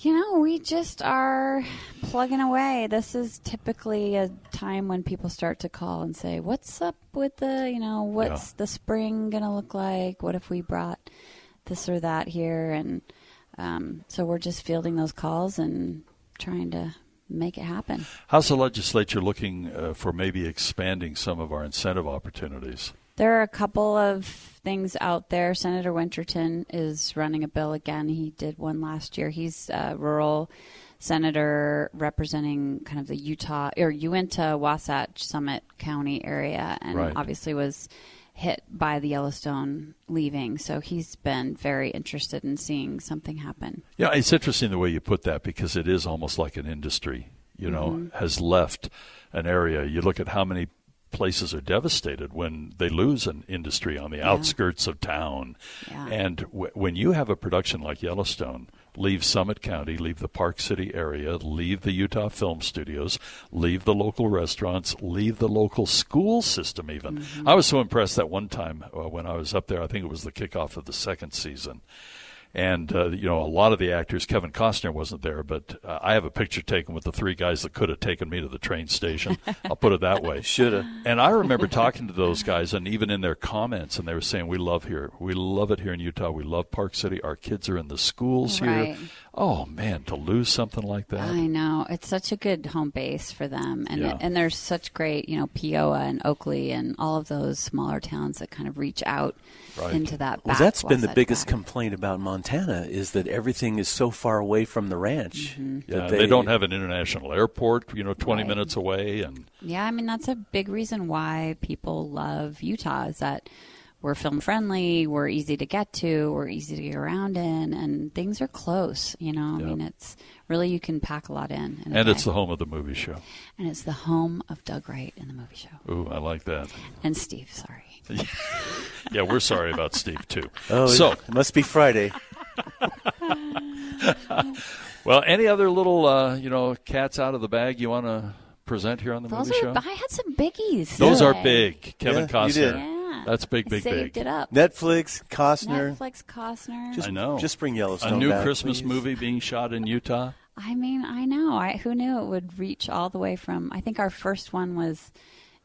[SPEAKER 16] You know, we just are plugging away. This is typically a time when people start to call and say, "What's up with the, you know, what's
[SPEAKER 3] Yeah.
[SPEAKER 16] the spring going to look like? What if we brought this or that here?" And um, so we're just fielding those calls and trying to make it happen.
[SPEAKER 4] How's the legislature looking uh, for maybe expanding some of our incentive opportunities?
[SPEAKER 16] There are a couple of things out there. Senator Winterton is running a bill again. He did one last year. He's a rural senator representing kind of the Utah or Uinta Wasatch Summit County area, and
[SPEAKER 3] Right.
[SPEAKER 16] obviously was hit by the Yellowstone leaving. So he's been very interested in seeing something happen.
[SPEAKER 4] Yeah, it's interesting the way you put that because it is almost like an industry, you know,
[SPEAKER 16] Mhm.
[SPEAKER 4] has left an area. You look at how many places are devastated when they lose an industry on the
[SPEAKER 16] Yeah.
[SPEAKER 4] outskirts of town. And w- when you have a production like Yellowstone, leave Summit County, leave the Park City area, leave the Utah film studios, leave the local restaurants, leave the local school system even. I was so impressed that one time uh, when I was up there, I think it was the kickoff of the second season and uh, you know a lot of the actors. Kevin Costner wasn't there, but uh, I have a picture taken with the three guys that could have taken me to the train
[SPEAKER 16] [LAUGHS]
[SPEAKER 4] station. I'll put it that way.
[SPEAKER 5] Shoulda.
[SPEAKER 4] And I remember talking to those guys, and even in their comments, and they were saying, "We love here. We love it here in Utah. We love Park City. Our kids are in the schools
[SPEAKER 16] Right.
[SPEAKER 4] here." Oh man, to lose something like that.
[SPEAKER 16] I know it's such a good home base for them, and
[SPEAKER 4] Yeah.
[SPEAKER 16] and there's such great you know Peoa and Oakley and all of those smaller towns that kind of reach out
[SPEAKER 5] Right.
[SPEAKER 16] into that.
[SPEAKER 5] Well,
[SPEAKER 16] Back,
[SPEAKER 5] that's been
[SPEAKER 16] west
[SPEAKER 5] the
[SPEAKER 16] side
[SPEAKER 5] biggest
[SPEAKER 16] back.
[SPEAKER 5] complaint about Montana is that everything is so far away from the ranch.
[SPEAKER 16] Mm-hmm.
[SPEAKER 4] Yeah,
[SPEAKER 5] that
[SPEAKER 4] they, don't have an international airport, you know, 20 minutes away. And
[SPEAKER 16] Yeah, I mean that's a big reason why people love Utah is that we're film friendly, we're easy to get to, we're easy to get around in, and things are close. You know, I mean it's really you can pack a lot in, in a
[SPEAKER 4] and
[SPEAKER 16] day.
[SPEAKER 4] it's the home of the movie show.
[SPEAKER 16] and it's the home of Doug Wright in the movie show
[SPEAKER 4] Ooh, I like that.
[SPEAKER 16] and Steve. Sorry.
[SPEAKER 4] Yeah, we're sorry about Steve, too.
[SPEAKER 5] Oh,
[SPEAKER 4] so,
[SPEAKER 5] it must be Friday.
[SPEAKER 4] well, any other little, uh, you know, cats out of the bag you want to present here on the
[SPEAKER 16] Those
[SPEAKER 4] movie show?
[SPEAKER 16] are, I had some biggies.
[SPEAKER 4] Those are
[SPEAKER 16] today.
[SPEAKER 4] big. Kevin
[SPEAKER 5] Yeah, you did.
[SPEAKER 4] Costner. That's big, big,
[SPEAKER 16] saved
[SPEAKER 4] big.
[SPEAKER 16] it up.
[SPEAKER 5] Netflix, Costner.
[SPEAKER 16] Netflix Costner.
[SPEAKER 5] Just-
[SPEAKER 4] I know.
[SPEAKER 5] Just bring Yellowstone.
[SPEAKER 4] A new
[SPEAKER 5] back,
[SPEAKER 4] Christmas
[SPEAKER 5] please.
[SPEAKER 4] movie being shot in Utah.
[SPEAKER 16] I mean, I know. I who knew it would reach all the way from. I think our first one was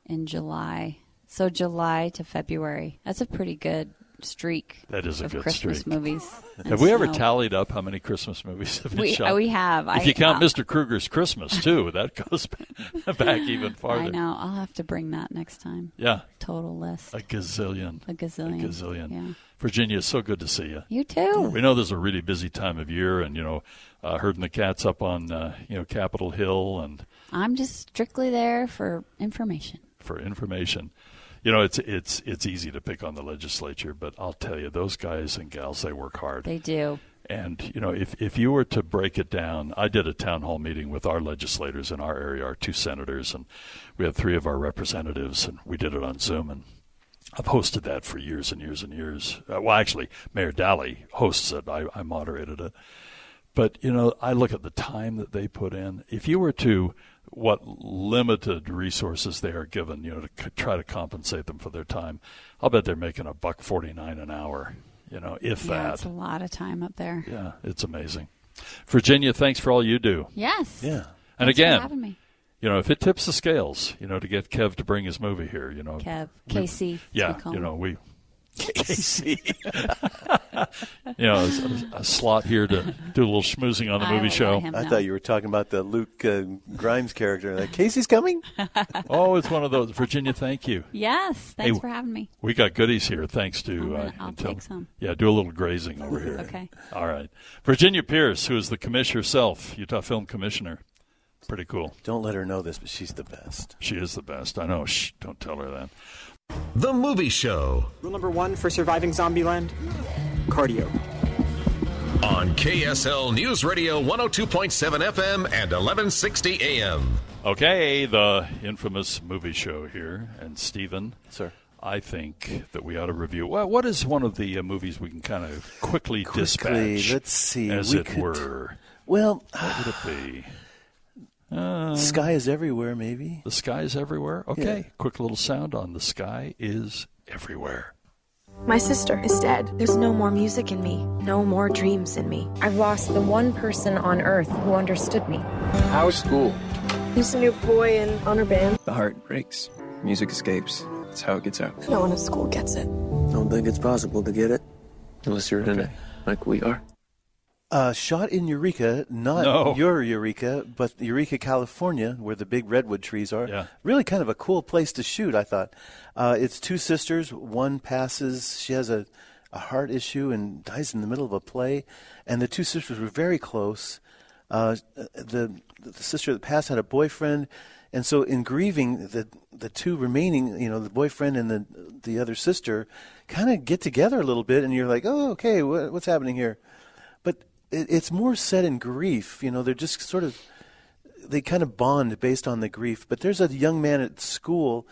[SPEAKER 16] in July, so July to February. That's a pretty good streak.
[SPEAKER 4] That is a
[SPEAKER 16] of
[SPEAKER 4] good
[SPEAKER 16] Christmas
[SPEAKER 4] streak.
[SPEAKER 16] movies. and
[SPEAKER 4] Have we ever
[SPEAKER 16] snow.
[SPEAKER 4] tallied up how many Christmas movies have been
[SPEAKER 16] We-
[SPEAKER 4] shot?
[SPEAKER 16] we have.
[SPEAKER 4] If
[SPEAKER 16] I- uh,
[SPEAKER 4] you count
[SPEAKER 16] I'll-
[SPEAKER 4] Mr. Kruger's Christmas too, that goes [LAUGHS] back even farther.
[SPEAKER 16] I know. I'll have to bring that next time.
[SPEAKER 4] Yeah.
[SPEAKER 16] Total list.
[SPEAKER 4] A gazillion.
[SPEAKER 16] A gazillion.
[SPEAKER 4] A gazillion.
[SPEAKER 16] Yeah.
[SPEAKER 4] Virginia, it's so good to see you.
[SPEAKER 16] You too.
[SPEAKER 4] We know this is a really busy time of year, and you know, uh, herding the cats up on uh, you know Capitol Hill and
[SPEAKER 16] I'm just strictly there for information.
[SPEAKER 4] for information. You know, it's it's it's easy to pick on the legislature, but I'll tell you, those guys and gals, they work hard.
[SPEAKER 16] They do.
[SPEAKER 4] And you know, if if you were to break it down, I did a town hall meeting with our legislators in our area, our two senators, and we had three of our representatives, and we did it on Zoom. And I've hosted that for years and years and years. Uh, well, actually, Mayor Dally hosts it. I, I moderated it. But you know, I look at the time that they put in. If you were to what limited resources they are given, you know, to c- try to compensate them for their time, I'll bet they're making a buck forty nine an hour. You know, if
[SPEAKER 16] yeah,
[SPEAKER 4] that.
[SPEAKER 16] it's a lot of time up there.
[SPEAKER 4] Yeah, it's amazing. Virginia, thanks for all you do.
[SPEAKER 16] Yes.
[SPEAKER 4] Yeah.
[SPEAKER 16] Thanks
[SPEAKER 4] And
[SPEAKER 16] for
[SPEAKER 4] again,
[SPEAKER 16] having me.
[SPEAKER 4] you know, if it tips the scales, you know, to get Kev to bring his movie here, you know.
[SPEAKER 16] Kev.
[SPEAKER 4] we-
[SPEAKER 16] KC, as
[SPEAKER 4] Yeah,
[SPEAKER 16] we call
[SPEAKER 4] you
[SPEAKER 16] him.
[SPEAKER 4] know, we. [LAUGHS] KC. you know, a, a slot here to do a little schmoozing on the movie show.
[SPEAKER 5] I thought you were talking about the Luke uh, Grimes character. Like Casey's
[SPEAKER 16] [LAUGHS]
[SPEAKER 5] coming.
[SPEAKER 4] oh, it's one of those. Virginia, thank you.
[SPEAKER 16] Yes.
[SPEAKER 4] Hey,
[SPEAKER 16] Thanks for having me.
[SPEAKER 4] We got goodies here. Thanks to. uh,
[SPEAKER 16] I'll
[SPEAKER 4] Intel-
[SPEAKER 16] take some.
[SPEAKER 4] Yeah, do a little grazing
[SPEAKER 16] [LAUGHS]
[SPEAKER 4] over here.
[SPEAKER 16] Okay.
[SPEAKER 4] All right. Virginia Pierce, who is the commish herself, Utah Film Commissioner. Pretty cool.
[SPEAKER 5] Don't let her know this, but she's the best.
[SPEAKER 4] She is the best. I know. Shh, don't tell her that.
[SPEAKER 1] The Movie Show
[SPEAKER 17] Rule number one for surviving Zombieland cardio.
[SPEAKER 1] on KSL News Radio 102.7 FM and 1160 AM.
[SPEAKER 4] Okay, the infamous movie show here, and Stephen,
[SPEAKER 5] sir,
[SPEAKER 4] I think that we ought to review. Well, what is one of the uh, movies we can kind of quickly, dispatch?
[SPEAKER 5] let's see,
[SPEAKER 4] as
[SPEAKER 5] we
[SPEAKER 4] it
[SPEAKER 5] could-
[SPEAKER 4] were.
[SPEAKER 5] Well, [SIGHS]
[SPEAKER 4] What would it be? Uh,
[SPEAKER 5] sky is everywhere. Maybe
[SPEAKER 4] the sky is everywhere. Okay, quick little sound on the sky is everywhere.
[SPEAKER 18] My sister is dead. There's no more music in me, no more dreams in me.
[SPEAKER 19] I've lost the one person on earth who understood me.
[SPEAKER 20] How is school?
[SPEAKER 19] He's a new boy in honor band.
[SPEAKER 20] The heart breaks. Music escapes. That's how it gets out.
[SPEAKER 18] No one at school gets it.
[SPEAKER 20] Don't think it's possible to get it unless you're in it like we are.
[SPEAKER 5] Uh, shot in Eureka, not
[SPEAKER 20] No.
[SPEAKER 5] your Eureka, but Eureka, California, where the big redwood trees are.
[SPEAKER 4] Yeah.
[SPEAKER 5] Really kind of a cool place to shoot, I thought. Uh, it's two sisters. One passes, she has a, a heart issue and dies in the middle of a play. And the two sisters were very close. Uh, the, the sister that passed had a boyfriend. And so in grieving, the, the two remaining, you know, the boyfriend and the, the other sister kind of get together a little bit. And you're like, oh, okay, wha what's happening here? but it, it's more set in grief. You know, they're just sort of they kind of bond based on the grief. But there's a young man at school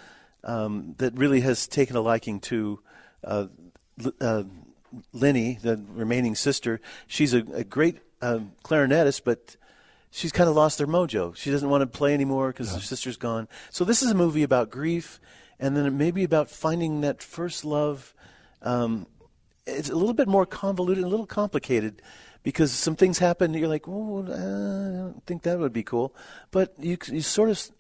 [SPEAKER 5] um, that really has taken a liking to uh, L- uh, Lenny, the remaining sister. She's a, a great um clarinetist, but she's kind of lost her mojo. She doesn't want to play anymore because her sister's gone. So this is a movie about grief, and then maybe about finding that first love. Um, it's a little bit more convoluted, and a little complicated, because some things happen. That you're like, oh, uh, I don't think that would be cool, but you, c- you sort of. s-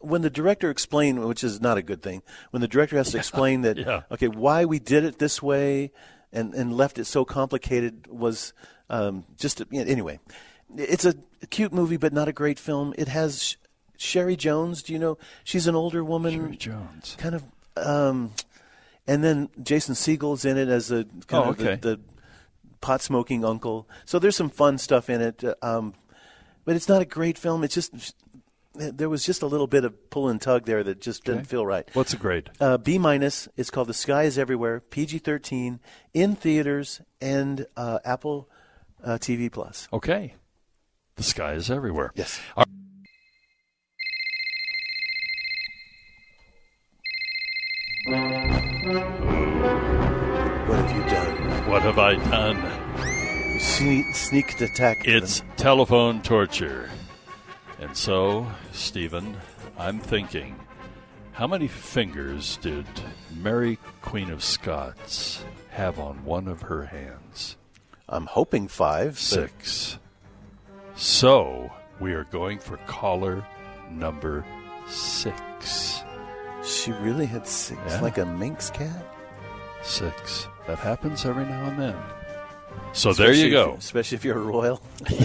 [SPEAKER 5] When the
[SPEAKER 4] [LAUGHS]
[SPEAKER 5] director explained, which is not a good thing, when the director has to explain that,
[SPEAKER 4] yeah.
[SPEAKER 5] okay, why we did it this way, and, and left it so complicated was um, just, you know, anyway. It's a cute movie, but not a great film. It has Sh- Sherry Jones. Do you know? She's an older woman. Sherry
[SPEAKER 4] Jones.
[SPEAKER 5] Kind of. Um, and then Jason Siegel's in it as a kind
[SPEAKER 4] Oh,
[SPEAKER 5] of the-
[SPEAKER 4] okay.
[SPEAKER 5] the, pot smoking uncle. So there's some fun stuff in it, uh, um, but it's not a great film. It's just there was just a little bit of pull and tug there that just didn't
[SPEAKER 4] Okay.
[SPEAKER 5] feel right.
[SPEAKER 4] What's a grade?
[SPEAKER 5] Uh, B minus. It's called The Sky Is Everywhere. PG thirteen in theaters and uh, Apple uh, TV Plus.
[SPEAKER 4] Okay. The sky is everywhere.
[SPEAKER 5] Yes. What have you done?
[SPEAKER 4] What have I done?
[SPEAKER 5] Sne- sneaked attack.
[SPEAKER 4] It's telephone torture. And so, Stephen, I'm thinking, how many fingers did Mary, Queen of Scots, have on one of her hands?
[SPEAKER 5] I'm hoping five.
[SPEAKER 4] Six. So, we are going for caller number six.
[SPEAKER 5] She really had six,
[SPEAKER 4] Yeah.
[SPEAKER 5] like a minx cat.
[SPEAKER 4] Six. That happens every now and then. So there
[SPEAKER 5] Especially
[SPEAKER 4] you
[SPEAKER 5] if-
[SPEAKER 4] go.
[SPEAKER 5] especially if you're a royal.
[SPEAKER 4] [LAUGHS]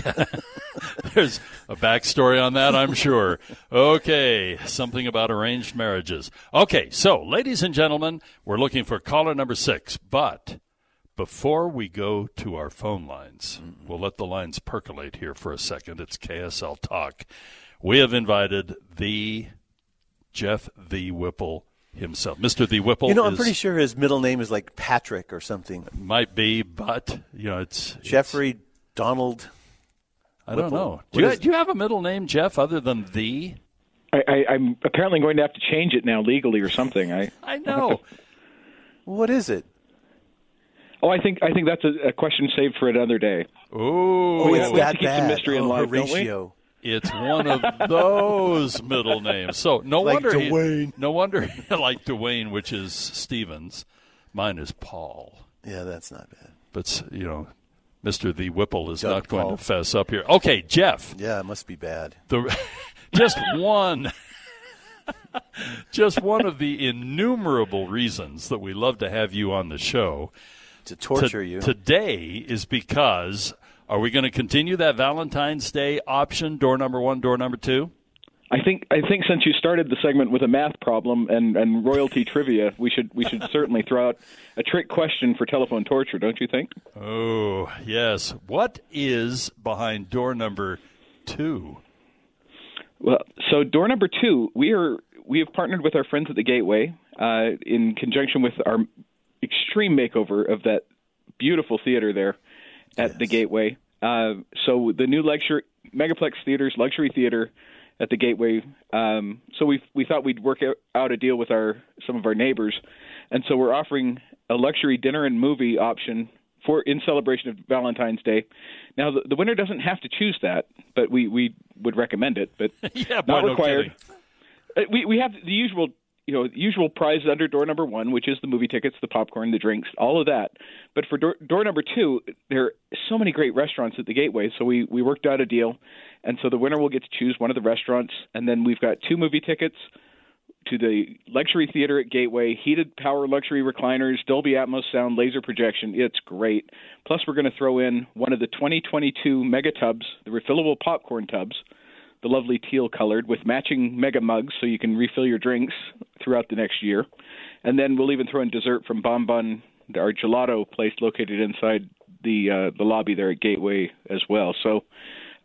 [SPEAKER 4] There's a backstory on that, I'm sure. Okay, something about arranged marriages. Okay, so, ladies and gentlemen, we're looking for caller number six. But before we go to our phone lines, we'll let the lines percolate here for a second. It's KSL Talk. We have invited the Jeff the Whipple himself. Mr. The Whipple
[SPEAKER 5] you know, I'm
[SPEAKER 4] is-
[SPEAKER 5] pretty sure his middle name is like Patrick or something.
[SPEAKER 4] might be, but, you know, it's.
[SPEAKER 5] Jeffrey Donald.
[SPEAKER 4] I don't
[SPEAKER 5] Whipple.
[SPEAKER 4] know. Do
[SPEAKER 5] What
[SPEAKER 4] you,
[SPEAKER 5] is-
[SPEAKER 4] do you have a middle name, Jeff, other than the?
[SPEAKER 21] I, I, I'm apparently going to have to change it now legally or something. I
[SPEAKER 4] [LAUGHS] I know.
[SPEAKER 5] what is it?
[SPEAKER 21] Oh, I think I think that's a, a question saved for another day.
[SPEAKER 4] Ooh,
[SPEAKER 21] we have, Oh, we have to keep some mystery
[SPEAKER 5] Oh,
[SPEAKER 21] in life, don't
[SPEAKER 4] It's one of those middle names. So no
[SPEAKER 5] Like
[SPEAKER 4] wonder he-
[SPEAKER 5] Dwayne.
[SPEAKER 4] no wonder [LAUGHS] like Dwayne, which is Stevens. Mine is Paul.
[SPEAKER 5] Yeah, that's not bad.
[SPEAKER 4] But s- you know, Mister the Whipple is
[SPEAKER 5] Doug
[SPEAKER 4] not going
[SPEAKER 5] Paul.
[SPEAKER 4] to fess up here. Okay, Jeff.
[SPEAKER 5] Yeah, it must be bad.
[SPEAKER 4] The [LAUGHS] just one. [LAUGHS] Just one of the innumerable reasons that we love to have you on the show
[SPEAKER 5] to torture you.
[SPEAKER 4] today is because are we going to continue that Valentine's Day option? Door number one, door number two.
[SPEAKER 21] I think I think since you started the segment with a math problem and, and royalty trivia, we should we
[SPEAKER 4] [LAUGHS]
[SPEAKER 21] should certainly throw out a trick question for telephone torture, don't you think?
[SPEAKER 4] Oh yes. What is behind door number two? [LAUGHS]
[SPEAKER 21] Well, so door number two, we are we have partnered with our friends at the Gateway uh, in conjunction with our extreme makeover of that beautiful theater there at the Gateway. Uh, so the new lecture Megaplex Theaters luxury theater at the Gateway. Um, so we we thought we'd work out- out a deal with our some of our neighbors, and so we're offering a luxury dinner and movie option for in celebration of Valentine's Day. Now the, the winner doesn't have to choose that, but we we would recommend it. But
[SPEAKER 4] yeah,
[SPEAKER 21] not
[SPEAKER 4] boy, no
[SPEAKER 21] required. Uh, we we have the usual you know usual prize under door number one, which is the movie tickets, the popcorn, the drinks, all of that. But for door, door number two, there are so many great restaurants at the Gateway, so we we worked out a deal, and so the winner will get to choose one of the restaurants, and then we've got two movie tickets. To the luxury theater at Gateway, heated power luxury recliners, Dolby Atmos sound, laser projection. It's great. Plus, we're going to throw in one of the 2022 mega tubs, the refillable popcorn tubs, the lovely teal colored with matching mega mugs so you can refill your drinks throughout the next year. And then we'll even throw in dessert from Bon Bon, our gelato place located inside the uh, the lobby there at Gateway as well. So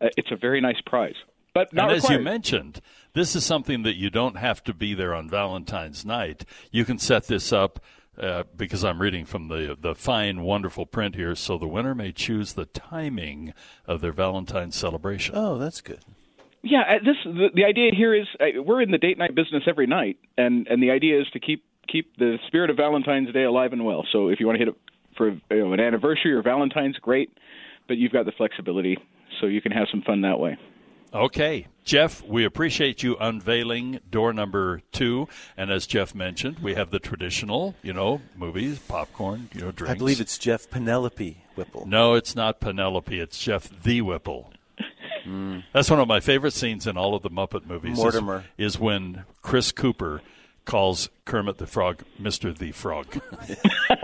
[SPEAKER 21] uh, it's a very nice prize. But not
[SPEAKER 4] and as you
[SPEAKER 21] required.
[SPEAKER 4] mentioned, this is something that you don't have to be there on Valentine's night. You can set this up uh, because I'm reading from the the fine, wonderful print here. So the winner may choose the timing of their Valentine's celebration.
[SPEAKER 5] Oh, that's good.
[SPEAKER 21] Yeah, uh, this the, the idea here is uh, we're in the date night business every night, and and the idea is to keep keep the spirit of Valentine's Day alive and well. So if you want to hit it for you know, an anniversary or Valentine's, great, but you've got the flexibility, so you can have some fun that way.
[SPEAKER 4] Okay, Jeff, we appreciate you unveiling door number two. And as Jeff mentioned, we have the traditional, you know, movies, popcorn, you know, drinks.
[SPEAKER 5] I believe it's Jeff Penelope Whipple.
[SPEAKER 4] No, it's not Penelope. It's Jeff the Whipple. That's one of my favorite scenes in all of the Muppet movies. is-
[SPEAKER 5] Hmm. Mortimer.
[SPEAKER 4] is, when Chris Cooper calls Kermit the Frog Mister the Frog.
[SPEAKER 21] it's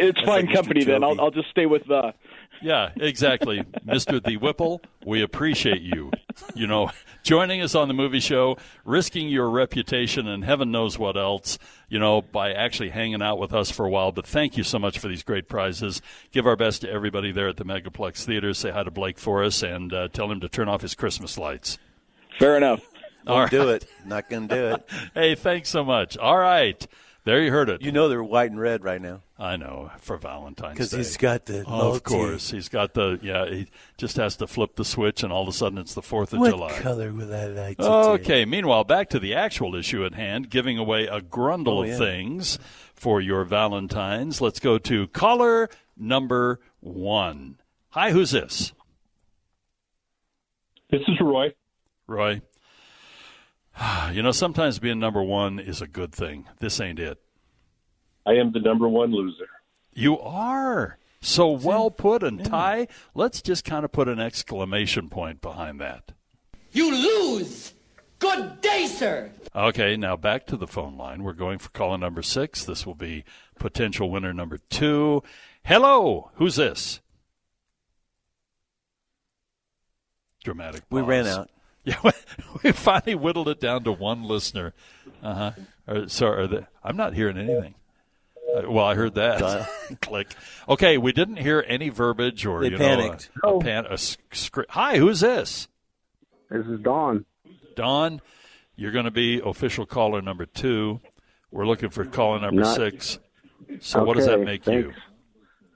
[SPEAKER 4] That's
[SPEAKER 21] fine
[SPEAKER 4] like Mr.
[SPEAKER 21] company then. I'll,
[SPEAKER 4] Jovi.
[SPEAKER 21] I'll just stay with uh, the.
[SPEAKER 4] Yeah,
[SPEAKER 21] [LAUGHS]
[SPEAKER 4] exactly. Mr. The Whipple, we appreciate you. You know, joining us on the movie show, risking your reputation and heaven knows what else, you know, by actually hanging out with us for a while. But thank you so much for these great prizes. Give our best to everybody there at the Megaplex Theater. Say hi to Blake for us and uh, tell him to turn off his Christmas lights.
[SPEAKER 21] Fair enough.
[SPEAKER 4] All right.
[SPEAKER 5] do it. Not going to do
[SPEAKER 4] [LAUGHS]
[SPEAKER 5] it.
[SPEAKER 4] hey, thanks so much. All right. There you heard it.
[SPEAKER 5] You know they're white and red right now.
[SPEAKER 4] I know for Valentine's
[SPEAKER 5] 'Cause
[SPEAKER 4] Day.
[SPEAKER 5] he's got the multi-
[SPEAKER 4] Oh, of course he's got the yeah. He just has to flip the switch, and all of a sudden it's the Fourth of
[SPEAKER 5] what
[SPEAKER 4] July. Oh,
[SPEAKER 5] color would I like to take?
[SPEAKER 4] Okay. Meanwhile, back to the actual issue at hand, giving away a grundle
[SPEAKER 5] Oh,
[SPEAKER 4] of
[SPEAKER 5] yeah.
[SPEAKER 4] things for your Valentines. Let's go to caller number one. Hi, who's this?
[SPEAKER 22] This is Roy.
[SPEAKER 4] Roy. [SIGHS] You know, sometimes being number one is a good thing. This ain't it.
[SPEAKER 22] I am the number one loser.
[SPEAKER 4] You are. So well put and Ty. Let's just kind of put an exclamation point behind that.
[SPEAKER 6] You lose! Good day, sir!
[SPEAKER 4] Okay, now back to the phone line. We're going for caller number six. This will be potential winner number two. Hello, who's this? Dramatic.
[SPEAKER 5] We
[SPEAKER 4] pause.
[SPEAKER 5] ran out.
[SPEAKER 4] Yeah, [LAUGHS] we finally whittled it down to one listener. Uh huh. Sorry, are the, I'm not hearing anything. Uh, well, I heard that. [LAUGHS] Click. Okay, we didn't hear any verbiage or
[SPEAKER 23] They
[SPEAKER 4] you
[SPEAKER 23] panicked.
[SPEAKER 4] know a, a pan, a s- scr- Hi, who's this?
[SPEAKER 23] This is Don.
[SPEAKER 4] Don, you're going to be official caller number two. We're looking for caller number
[SPEAKER 23] Not-
[SPEAKER 4] six. So what does that
[SPEAKER 23] Okay,
[SPEAKER 4] make
[SPEAKER 23] thanks.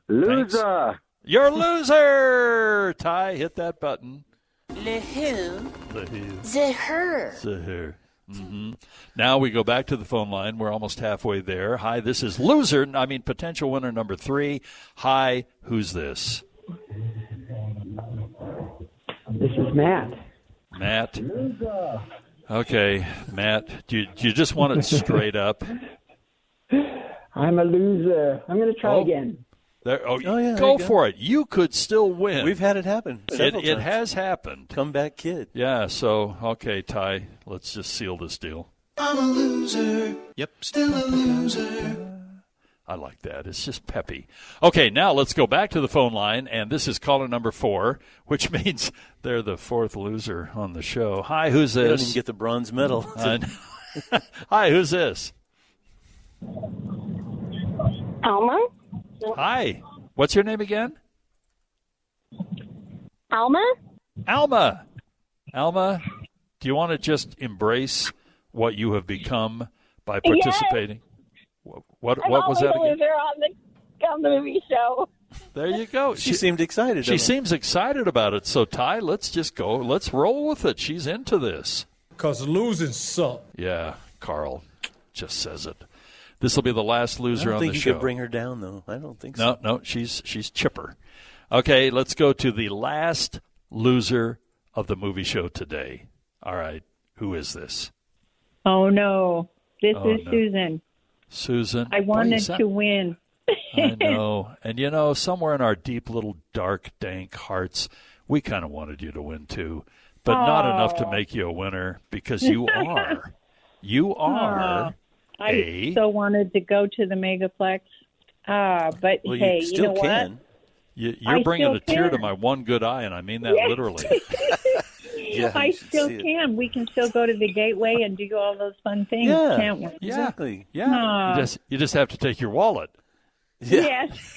[SPEAKER 4] you?
[SPEAKER 23] Loser.
[SPEAKER 4] You're a loser. Ty, hit that button.
[SPEAKER 6] Le who?
[SPEAKER 4] The
[SPEAKER 6] The her.
[SPEAKER 4] here. hmm Now we go back to the phone line. We're almost halfway there. Hi, this is loser. I mean potential winner number three. Hi, who's this?
[SPEAKER 24] This is Matt.
[SPEAKER 4] Matt. Okay, Matt. Do you, do you just want
[SPEAKER 24] [LAUGHS]
[SPEAKER 4] it straight up?
[SPEAKER 24] I'm a loser. I'm going to try again.
[SPEAKER 4] Oh. There, oh,
[SPEAKER 24] yeah, there
[SPEAKER 4] go
[SPEAKER 24] you go.
[SPEAKER 4] for it. You could still win.
[SPEAKER 5] We've had it happen.
[SPEAKER 4] It,
[SPEAKER 5] several
[SPEAKER 4] it
[SPEAKER 5] times.
[SPEAKER 4] has happened.
[SPEAKER 5] Comeback kid.
[SPEAKER 4] Yeah. So okay, Ty. Let's just seal this deal.
[SPEAKER 6] I'm a loser.
[SPEAKER 4] Yep.
[SPEAKER 6] Still a loser.
[SPEAKER 4] [LAUGHS] I like that. It's just peppy. Okay, now let's go back to the phone line, and this is caller number four, which [LAUGHS] means they're the fourth loser on the show. Hi, who's
[SPEAKER 5] They
[SPEAKER 4] this?
[SPEAKER 5] don't even get the bronze medal.
[SPEAKER 4] Mm-hmm.
[SPEAKER 5] [LAUGHS]
[SPEAKER 4] I know. [LAUGHS] Hi, who's this?
[SPEAKER 25] Alma?
[SPEAKER 4] Hi, what's your name again?
[SPEAKER 25] Alma?
[SPEAKER 4] Alma. Alma, do you want to just embrace what you have become by
[SPEAKER 25] Yes.
[SPEAKER 4] participating? What what,
[SPEAKER 25] I'm
[SPEAKER 4] what was
[SPEAKER 25] always
[SPEAKER 4] that
[SPEAKER 25] a
[SPEAKER 4] again?
[SPEAKER 25] loser on the, on the movie show.
[SPEAKER 4] There you go.
[SPEAKER 5] She seemed excited,
[SPEAKER 4] She
[SPEAKER 5] didn't it?
[SPEAKER 4] seems excited about it. So Ty, let's just go. Let's roll with it. She's into this.
[SPEAKER 26] Cause losing sucks.
[SPEAKER 4] Yeah, Carl just says it. This will be the last loser
[SPEAKER 5] I don't
[SPEAKER 4] on
[SPEAKER 5] think
[SPEAKER 4] the
[SPEAKER 5] you
[SPEAKER 4] show.
[SPEAKER 5] could bring her down, though. I don't think so.
[SPEAKER 4] no, no, she's she's chipper. Okay, let's go to the last loser of the movie show today. All right, who is this?
[SPEAKER 26] Oh no, this
[SPEAKER 4] Oh,
[SPEAKER 26] is
[SPEAKER 4] no.
[SPEAKER 26] Susan.
[SPEAKER 4] Susan.
[SPEAKER 26] I
[SPEAKER 4] Boy,
[SPEAKER 26] wanted
[SPEAKER 4] is that-
[SPEAKER 26] to win.
[SPEAKER 4] I know. And you know, somewhere in our deep little dark dank hearts, we kind of wanted you to win too, but not
[SPEAKER 26] Aw.
[SPEAKER 4] enough to make you a winner
[SPEAKER 26] [LAUGHS]
[SPEAKER 4] because you are. you are.
[SPEAKER 26] I
[SPEAKER 4] a-
[SPEAKER 26] so wanted to go to the Megaplex. Ah, but
[SPEAKER 4] Well, you
[SPEAKER 26] hey, you,
[SPEAKER 4] still
[SPEAKER 26] know
[SPEAKER 4] can. You, you're
[SPEAKER 26] I
[SPEAKER 4] bringing
[SPEAKER 26] still
[SPEAKER 4] a tear to
[SPEAKER 26] can.
[SPEAKER 4] my one good eye, and I mean that
[SPEAKER 26] Yes. [LAUGHS]
[SPEAKER 4] literally.
[SPEAKER 26] what?
[SPEAKER 4] Yeah,
[SPEAKER 26] I
[SPEAKER 4] you should
[SPEAKER 26] still
[SPEAKER 4] see it.
[SPEAKER 26] can. We can still go to the Gateway and do all those fun things,
[SPEAKER 4] Yeah.
[SPEAKER 26] can't we?
[SPEAKER 4] Yeah. Exactly. Yeah.
[SPEAKER 26] Aw.
[SPEAKER 4] You just you just have to take your wallet. [LAUGHS]
[SPEAKER 26] Yes.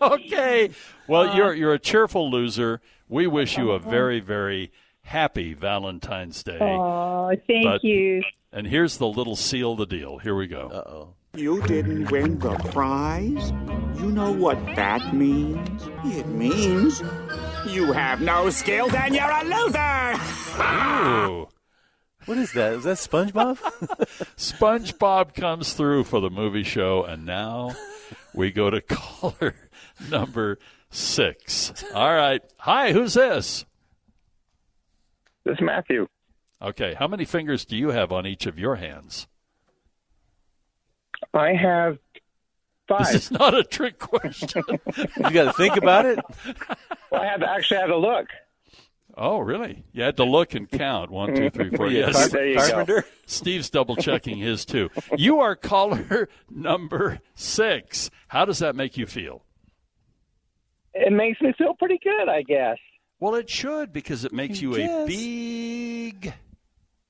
[SPEAKER 4] okay. Well,
[SPEAKER 26] Aw.
[SPEAKER 4] you're you're a cheerful loser. We wish you a very very happy Valentine's Day.
[SPEAKER 26] Oh, thank
[SPEAKER 4] But-
[SPEAKER 26] you.
[SPEAKER 4] And here's the little seal the deal. Here we go. Uh oh.
[SPEAKER 27] You didn't win the prize? You know what that means? It means you have no skills and you're a loser!
[SPEAKER 4] Ooh.
[SPEAKER 5] What is that? Is that SpongeBob? [LAUGHS]
[SPEAKER 4] SpongeBob comes through for the movie show, and now we go to [LAUGHS] caller number six. All right. Hi, who's this?
[SPEAKER 28] This is Matthew.
[SPEAKER 4] Okay. How many fingers do you have on each of your hands?
[SPEAKER 28] I have five.
[SPEAKER 4] This is not a
[SPEAKER 28] [LAUGHS]
[SPEAKER 4] trick question. [LAUGHS]
[SPEAKER 5] you got to think about it.
[SPEAKER 28] Well, I had to actually had to look.
[SPEAKER 4] Oh, really? You had to look and count. One, two, three,
[SPEAKER 8] Oh,
[SPEAKER 4] four.
[SPEAKER 5] Yeah,
[SPEAKER 4] Yes.
[SPEAKER 5] there you go. Carpenter.
[SPEAKER 4] Steve's double checking his too. You are caller [LAUGHS] number six. How does that make you feel?
[SPEAKER 28] It makes me feel pretty good, I guess.
[SPEAKER 4] Well, it should because it makes you a big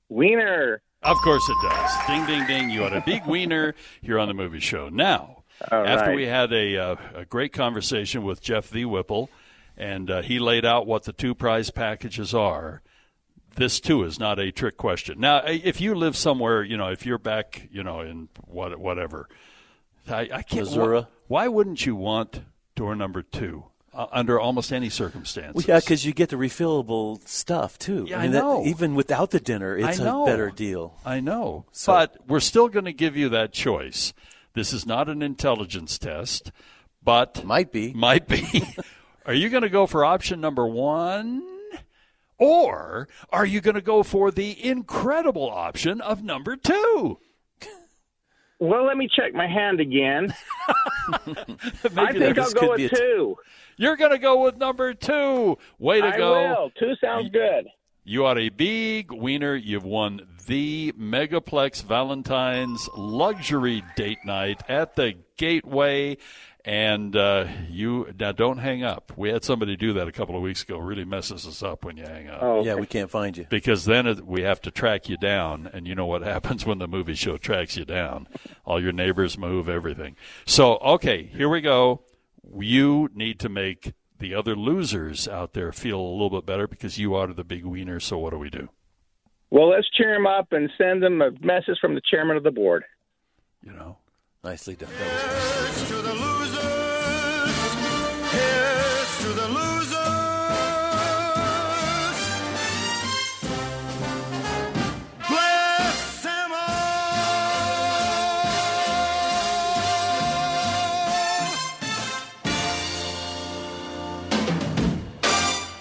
[SPEAKER 28] wiener.
[SPEAKER 4] Of course it does. Ding, ding, ding. You had a big wiener here on the movie show. Now,
[SPEAKER 28] All
[SPEAKER 4] after
[SPEAKER 28] right.
[SPEAKER 4] we had a, uh, a great conversation with Jeff the Whipple, and uh, he laid out what the two prize packages are. This too is not a trick question. Now, i- if you live somewhere, you know, if you're back, you know, in what whatever, I, I can't.
[SPEAKER 5] Missouri.
[SPEAKER 4] Why, wouldn't you want door number two uh, under almost any circumstance?
[SPEAKER 5] Well, yeah, because you get the refillable stuff too.
[SPEAKER 4] Yeah, I
[SPEAKER 5] that-
[SPEAKER 4] know.
[SPEAKER 5] even without the dinner,
[SPEAKER 4] I
[SPEAKER 5] it's a
[SPEAKER 4] know.
[SPEAKER 5] better deal.
[SPEAKER 4] I know. but we're still going to give you that choice. This is not an intelligence test, but
[SPEAKER 5] might be.
[SPEAKER 4] Might
[SPEAKER 5] [LAUGHS]
[SPEAKER 4] be. are you going to go for option number 1 or are you going to go for the incredible option of number 2?
[SPEAKER 28] Well, let me check my hand again. I
[SPEAKER 4] there
[SPEAKER 28] think I'll
[SPEAKER 4] is-
[SPEAKER 28] go
[SPEAKER 4] could
[SPEAKER 28] with
[SPEAKER 4] be a t-
[SPEAKER 28] two.
[SPEAKER 4] You're going to go with number 2. Way to
[SPEAKER 28] I
[SPEAKER 4] go.
[SPEAKER 28] will. Two sounds good.
[SPEAKER 4] Oh. You are a big wiener. You've won the Megaplex Valentine's luxury date night at the Gateway. And uh, you now don't hang up. We had somebody do that a couple of weeks ago. Really messes us up when you hang up
[SPEAKER 5] Yeah, we can't find you.
[SPEAKER 4] because then it, we have to track you down, and you know what [LAUGHS] happens when the movie show tracks you down. All your neighbors move everything. So, okay, here we go. You need to make the other losers out there feel a little bit better because you are the big wiener. So, what do we do?
[SPEAKER 28] Well, let's cheer him up and send him a message from the chairman of the board.
[SPEAKER 4] You know,
[SPEAKER 5] nicely done.
[SPEAKER 1] Here's to the losers. Bless them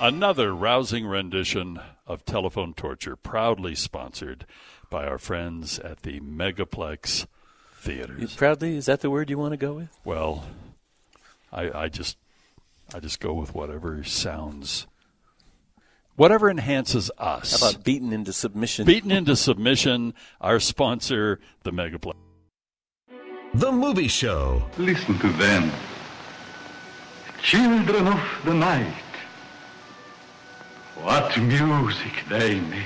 [SPEAKER 4] Another rousing rendition of Telephone Torture, proudly sponsored by our friends at the Megaplex Theaters.
[SPEAKER 5] Proudly, is that the word you want to go with?
[SPEAKER 4] Well, I, I just I just go with whatever sounds, whatever enhances us.
[SPEAKER 5] How about beaten into submission?
[SPEAKER 4] beaten into submission? Our sponsor, the Megaplex.
[SPEAKER 1] The movie show.
[SPEAKER 2] Listen to them. Children of the night. What music they make.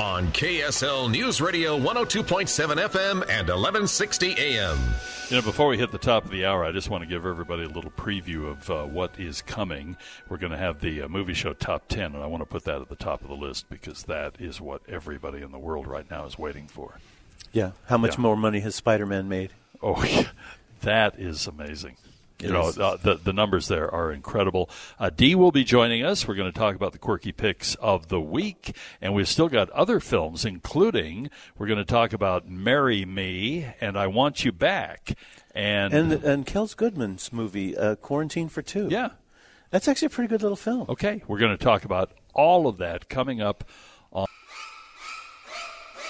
[SPEAKER 1] On KSL News Radio 102.7 FM and 1160 AM.
[SPEAKER 4] You know, before we hit the top of the hour, I just want to give everybody a little preview of uh, what is coming. We're going to have the uh, movie show top 10, and I want to put that at the top of the list because that is what everybody in the world right now is waiting for.
[SPEAKER 5] Yeah. How much
[SPEAKER 4] Yeah.
[SPEAKER 5] more money has Spider-Man made?
[SPEAKER 4] Oh, [LAUGHS] yeah. that is amazing. You
[SPEAKER 5] It
[SPEAKER 4] know,
[SPEAKER 5] is.
[SPEAKER 4] uh, the, the numbers there are incredible. Uh, Dee will be joining us. We're going to talk about the quirky picks of the week. And we've still got other films, including we're going to talk about Marry Me and I Want You Back. And,
[SPEAKER 5] And and Kels Goodman's movie, uh, Quarantine for Two.
[SPEAKER 4] yeah,
[SPEAKER 5] That's actually a pretty good little film.
[SPEAKER 4] okay. We're going to talk about all of that coming up on.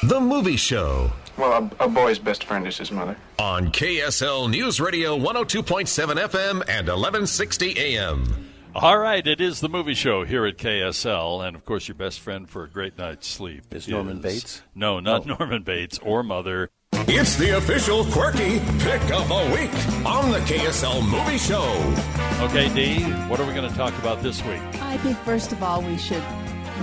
[SPEAKER 1] The movie show.
[SPEAKER 7] Well, a, a boy's best friend is his mother.
[SPEAKER 1] On KSL News Radio 102.7 FM and 1160 AM.
[SPEAKER 4] All right, it is the movie show here at KSL, and of course, your best friend for a great night's sleep
[SPEAKER 5] Is Norman Bates? Oh.
[SPEAKER 4] No, not Norman Bates or Mother.
[SPEAKER 1] It's the official quirky pick of the week on the KSL Movie Show.
[SPEAKER 4] Okay, Dee, what are we going to talk about this week?
[SPEAKER 8] I think, first of all, we should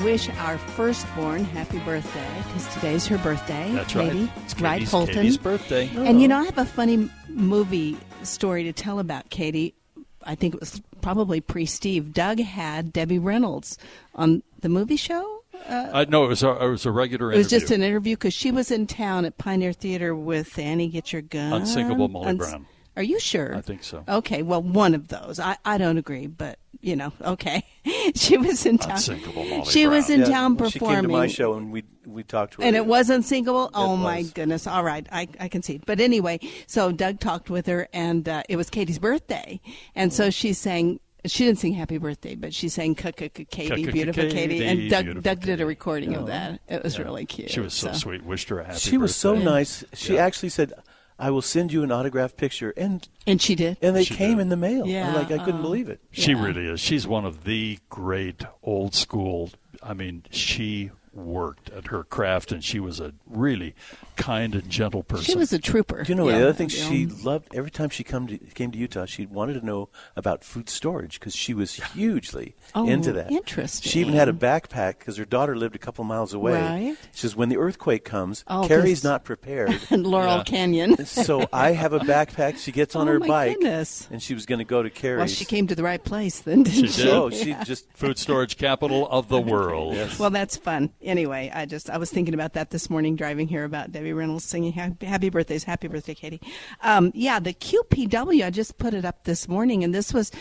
[SPEAKER 8] wish our firstborn happy birthday because today's her birthday.
[SPEAKER 4] That's right.
[SPEAKER 8] Katie,
[SPEAKER 4] It's
[SPEAKER 8] right,
[SPEAKER 4] Katie's-
[SPEAKER 8] Colton?
[SPEAKER 4] Katie's birthday.
[SPEAKER 8] And you know, I have a funny m- movie story to tell about Katie. I think it was probably pre Steve. Doug had Debbie Reynolds on the movie show. Uh,
[SPEAKER 4] Uh, no, it was a, it was a regular
[SPEAKER 8] it was
[SPEAKER 4] interview.
[SPEAKER 8] just an interview because she was in town at Pioneer Theater with Annie Get Your Gun.
[SPEAKER 4] Unsinkable Molly
[SPEAKER 8] Uns- Oh,
[SPEAKER 4] Brown.
[SPEAKER 8] Are you sure?
[SPEAKER 4] I think so.
[SPEAKER 8] Okay, well, one of those. I, I don't agree, but you know, okay. [LAUGHS] she was in town.
[SPEAKER 4] Unsinkable Molly
[SPEAKER 8] she was in
[SPEAKER 5] Yeah,
[SPEAKER 8] town
[SPEAKER 5] well,
[SPEAKER 8] performing,
[SPEAKER 5] She came to my show and we we talked to her.
[SPEAKER 8] and it was unsinkable. oh
[SPEAKER 5] It
[SPEAKER 8] my
[SPEAKER 5] was.
[SPEAKER 8] goodness! All right, I I can see. But anyway, so Doug talked with her, and uh, it was Katie's birthday, and so she sang. She didn't sing "Happy Birthday," but she sang "Katie,
[SPEAKER 4] Ka-ka-ka
[SPEAKER 8] Beautiful Katie," and
[SPEAKER 4] Katie,
[SPEAKER 8] Doug,
[SPEAKER 4] beautiful
[SPEAKER 8] Doug did a recording of
[SPEAKER 4] Oh.
[SPEAKER 8] that. It was
[SPEAKER 4] Yeah.
[SPEAKER 8] really cute.
[SPEAKER 4] She was so, sweet. Wished her a happy
[SPEAKER 5] she was so
[SPEAKER 4] birthday.
[SPEAKER 5] nice. She actually said, "I will send you an autographed picture," and
[SPEAKER 8] and she did.
[SPEAKER 5] And they
[SPEAKER 4] She
[SPEAKER 5] came
[SPEAKER 4] did.
[SPEAKER 5] in the mail. I'm
[SPEAKER 8] Yeah,
[SPEAKER 5] like I couldn't
[SPEAKER 8] uh,
[SPEAKER 5] believe it.
[SPEAKER 4] She really is. She's one of the great old school I mean, she worked at her craft, and she was a really kind and gentle person.
[SPEAKER 8] She was a trooper.
[SPEAKER 5] Do you know what?
[SPEAKER 8] Yeah.
[SPEAKER 5] The other thing she
[SPEAKER 8] Yeah.
[SPEAKER 5] loved every time she come to, came to Utah, she wanted to know about food storage because she was hugely
[SPEAKER 8] Oh,
[SPEAKER 5] into that.
[SPEAKER 8] interesting.
[SPEAKER 5] She even had a backpack because her daughter lived a couple miles away.
[SPEAKER 8] Right.
[SPEAKER 5] She says, "When the earthquake comes,
[SPEAKER 8] Oh,
[SPEAKER 5] Carrie's
[SPEAKER 8] this-
[SPEAKER 5] not prepared."
[SPEAKER 8] And [LAUGHS] Laurel
[SPEAKER 5] Yeah.
[SPEAKER 8] Canyon.
[SPEAKER 5] so I have a backpack. She gets on
[SPEAKER 8] Oh,
[SPEAKER 5] her
[SPEAKER 8] my
[SPEAKER 5] bike,
[SPEAKER 8] goodness.
[SPEAKER 5] and she was going to go to Carrie's.
[SPEAKER 8] Well, she came to the right place then, [LAUGHS] didn't she?
[SPEAKER 5] Oh, she
[SPEAKER 8] Yeah.
[SPEAKER 5] just
[SPEAKER 4] food storage capital of the world.
[SPEAKER 8] Well, that's fun. Anyway, I just I was thinking about that this morning driving here about Debbie Reynolds singing "Happy, happy Birthdays, Happy Birthday, Katie." Um, yeah, the QPW. I just put it up this morning, and this was.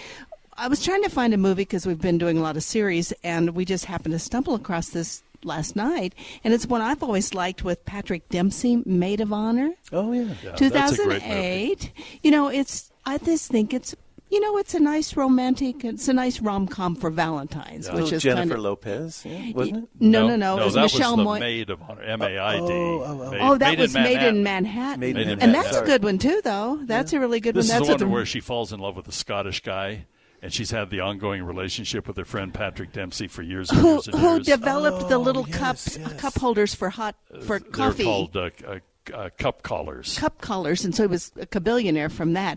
[SPEAKER 8] I was trying to find a movie because we've been doing a lot of series, and we just happened to stumble across this last night, and it's one I've always liked with Patrick Dempsey, Maid of Honor.
[SPEAKER 5] Oh yeah,
[SPEAKER 4] Yeah, that's a great movie.
[SPEAKER 8] 2008. You know, it's I just think it's you know it's a nice romantic, it's a nice rom com for Valentine's,
[SPEAKER 5] Yeah.
[SPEAKER 4] Oh,
[SPEAKER 8] which
[SPEAKER 5] Little
[SPEAKER 8] is
[SPEAKER 5] Jennifer
[SPEAKER 8] kind of,
[SPEAKER 5] Lopez, yeah, wasn't it?
[SPEAKER 8] No, no, no. it was
[SPEAKER 4] that
[SPEAKER 8] Michelle
[SPEAKER 4] was the
[SPEAKER 8] Moy-
[SPEAKER 4] Maid of Honor, M A I D.
[SPEAKER 5] Oh, oh, oh.
[SPEAKER 4] Maid-
[SPEAKER 8] Oh, that
[SPEAKER 4] Maid in
[SPEAKER 8] was Made
[SPEAKER 4] Manhattan.
[SPEAKER 8] in Manhattan,
[SPEAKER 4] Maid in
[SPEAKER 8] and
[SPEAKER 4] Manhattan.
[SPEAKER 8] that's a good one too, though. That's a really good
[SPEAKER 4] This
[SPEAKER 8] one.
[SPEAKER 4] is
[SPEAKER 8] That's
[SPEAKER 4] the
[SPEAKER 8] what
[SPEAKER 4] one where she falls in love with a Scottish guy, and she's had the ongoing relationship with her friend Patrick Dempsey for years and
[SPEAKER 8] who
[SPEAKER 4] years and
[SPEAKER 8] who
[SPEAKER 4] years.
[SPEAKER 8] developed the little cups cup holders for hot for coffee
[SPEAKER 4] Uh, They're called uh, uh, uh, cup collars.
[SPEAKER 8] cup collars, and so he was a cabillionaire from that.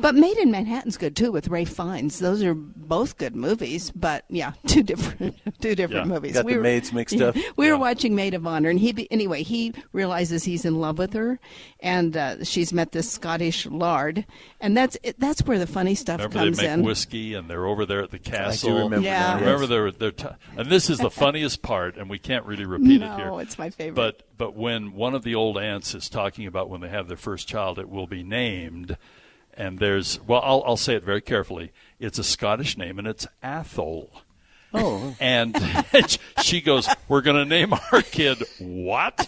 [SPEAKER 8] but Made in Manhattan's good too with Ray Fiennes. Those are both good movies, but yeah, [LAUGHS] two different two different
[SPEAKER 5] Yeah.
[SPEAKER 8] movies.
[SPEAKER 5] Got the maids
[SPEAKER 8] [LAUGHS]
[SPEAKER 5] mixed up.
[SPEAKER 8] We were watching Maid of Honor, and he be, anyway he realizes he's in love with her, and uh, she's met this Scottish lard, and that's it, that's where the funny stuff
[SPEAKER 4] Remember
[SPEAKER 8] comes
[SPEAKER 4] they make
[SPEAKER 8] in.
[SPEAKER 4] whiskey and they're over there at the castle.
[SPEAKER 8] remember Yeah. now, yes.
[SPEAKER 4] Remember they're, they're t- and
[SPEAKER 8] [LAUGHS]
[SPEAKER 4] this is the funniest part, and we can't really repeat it here.
[SPEAKER 8] No, it's my favorite.
[SPEAKER 4] But but when one of the old aunts is talking about when they have their first child, it will be named, and there's well, I'll I'll say it very carefully. It's a Scottish name, and it's Athol.
[SPEAKER 5] Oh.
[SPEAKER 4] And [LAUGHS] she goes, "We're going to name our kid what?"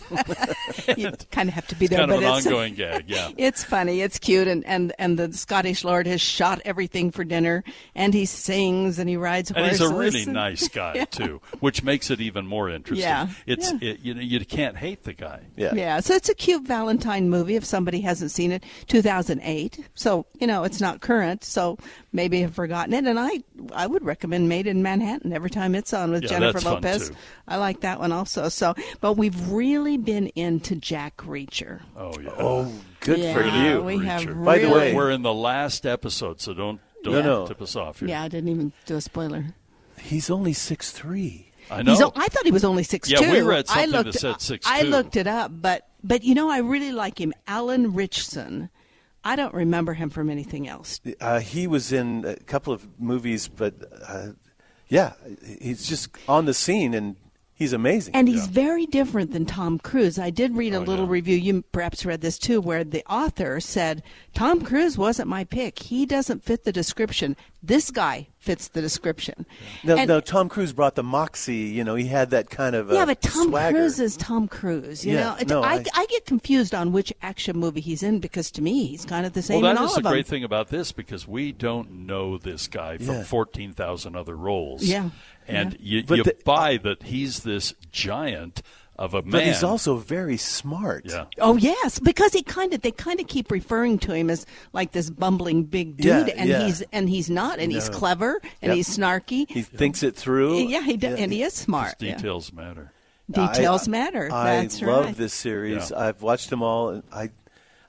[SPEAKER 8] [LAUGHS] you [LAUGHS] kind of have to be
[SPEAKER 4] It's
[SPEAKER 8] there.
[SPEAKER 4] kind of
[SPEAKER 8] but
[SPEAKER 4] an
[SPEAKER 8] it's,
[SPEAKER 4] ongoing gag, yeah.
[SPEAKER 8] [LAUGHS] It's funny. It's cute, and, and and the Scottish Lord has shot everything for dinner, and he sings and he rides
[SPEAKER 4] and
[SPEAKER 8] horses.
[SPEAKER 4] he's a really
[SPEAKER 8] and-
[SPEAKER 4] nice guy
[SPEAKER 8] [LAUGHS] Yeah.
[SPEAKER 4] too, which makes it even more interesting.
[SPEAKER 8] Yeah.
[SPEAKER 4] It's It, you know you can't hate the guy.
[SPEAKER 8] Yeah. so it's a cute Valentine movie if somebody hasn't seen it. 2008, so you know it's not current, so maybe have forgotten it. And I, I would recommend Made in Manhattan every time it's on with
[SPEAKER 4] Yeah,
[SPEAKER 8] Jennifer
[SPEAKER 4] that's fun,
[SPEAKER 8] Lopez.
[SPEAKER 4] too.
[SPEAKER 8] I like that one also. So, but we've really been into Jack Reacher.
[SPEAKER 4] Oh yeah.
[SPEAKER 5] Oh, good for
[SPEAKER 4] Uh,
[SPEAKER 8] Yeah,
[SPEAKER 5] you.
[SPEAKER 8] we have Richard.
[SPEAKER 5] By the
[SPEAKER 8] really-
[SPEAKER 5] way,
[SPEAKER 4] we're in the last episode, so don't don't
[SPEAKER 5] No, no.
[SPEAKER 4] tip us off here.
[SPEAKER 8] Yeah, I didn't even do a spoiler.
[SPEAKER 5] he's only six three.
[SPEAKER 4] I know.
[SPEAKER 8] He's o- I thought he was only six
[SPEAKER 4] Yeah,
[SPEAKER 8] two.
[SPEAKER 4] we read something
[SPEAKER 8] I looked, uh,
[SPEAKER 4] that said six
[SPEAKER 8] I
[SPEAKER 4] two.
[SPEAKER 8] looked it up, but but you know, I really like him, Alan Richson. I don't remember him from anything else.
[SPEAKER 5] Uh, he was in a couple of movies, but uh, yeah, he's just on the scene and he's amazing.
[SPEAKER 8] And he's very different than Tom Cruise. I did read a little review. You perhaps read this too, where the author said Tom Cruise wasn't my pick. He doesn't fit the description. This guy fits the description.
[SPEAKER 5] now,
[SPEAKER 8] And-
[SPEAKER 5] now Tom Cruise brought the moxie. You know, he had that kind of uh,
[SPEAKER 8] yeah, but Tom
[SPEAKER 5] swagger.
[SPEAKER 8] Cruise is Tom Cruise. You
[SPEAKER 5] Yeah,
[SPEAKER 8] know, It's-
[SPEAKER 5] no,
[SPEAKER 8] I,
[SPEAKER 5] I-
[SPEAKER 8] I get confused on which action movie he's in because to me he's kind of the same
[SPEAKER 4] well,
[SPEAKER 8] in
[SPEAKER 4] that
[SPEAKER 8] all of
[SPEAKER 4] is the
[SPEAKER 8] them.
[SPEAKER 4] great thing about this because we don't know this guy from
[SPEAKER 5] Yeah.
[SPEAKER 4] fourteen thousand other roles.
[SPEAKER 8] Yeah.
[SPEAKER 4] and
[SPEAKER 5] Yeah.
[SPEAKER 4] you,
[SPEAKER 5] But
[SPEAKER 4] you
[SPEAKER 5] the-
[SPEAKER 4] buy that he's this giant of a man.
[SPEAKER 5] but he's also very smart.
[SPEAKER 4] yeah.
[SPEAKER 8] Oh yes, because he kind of they kind of keep referring to him as like this bumbling big dude,
[SPEAKER 5] Yeah,
[SPEAKER 8] and
[SPEAKER 5] yeah.
[SPEAKER 8] he's and he's not, and he's
[SPEAKER 5] No.
[SPEAKER 8] clever, and
[SPEAKER 5] Yep.
[SPEAKER 8] he's snarky.
[SPEAKER 5] He thinks it through.
[SPEAKER 8] yeah, he does, and he is smart. yeah.
[SPEAKER 4] Details matter.
[SPEAKER 8] Details
[SPEAKER 5] I-
[SPEAKER 8] matter.
[SPEAKER 5] I
[SPEAKER 8] That's
[SPEAKER 5] love
[SPEAKER 8] right.
[SPEAKER 5] this series.
[SPEAKER 4] Yeah.
[SPEAKER 5] I've watched them all. and I,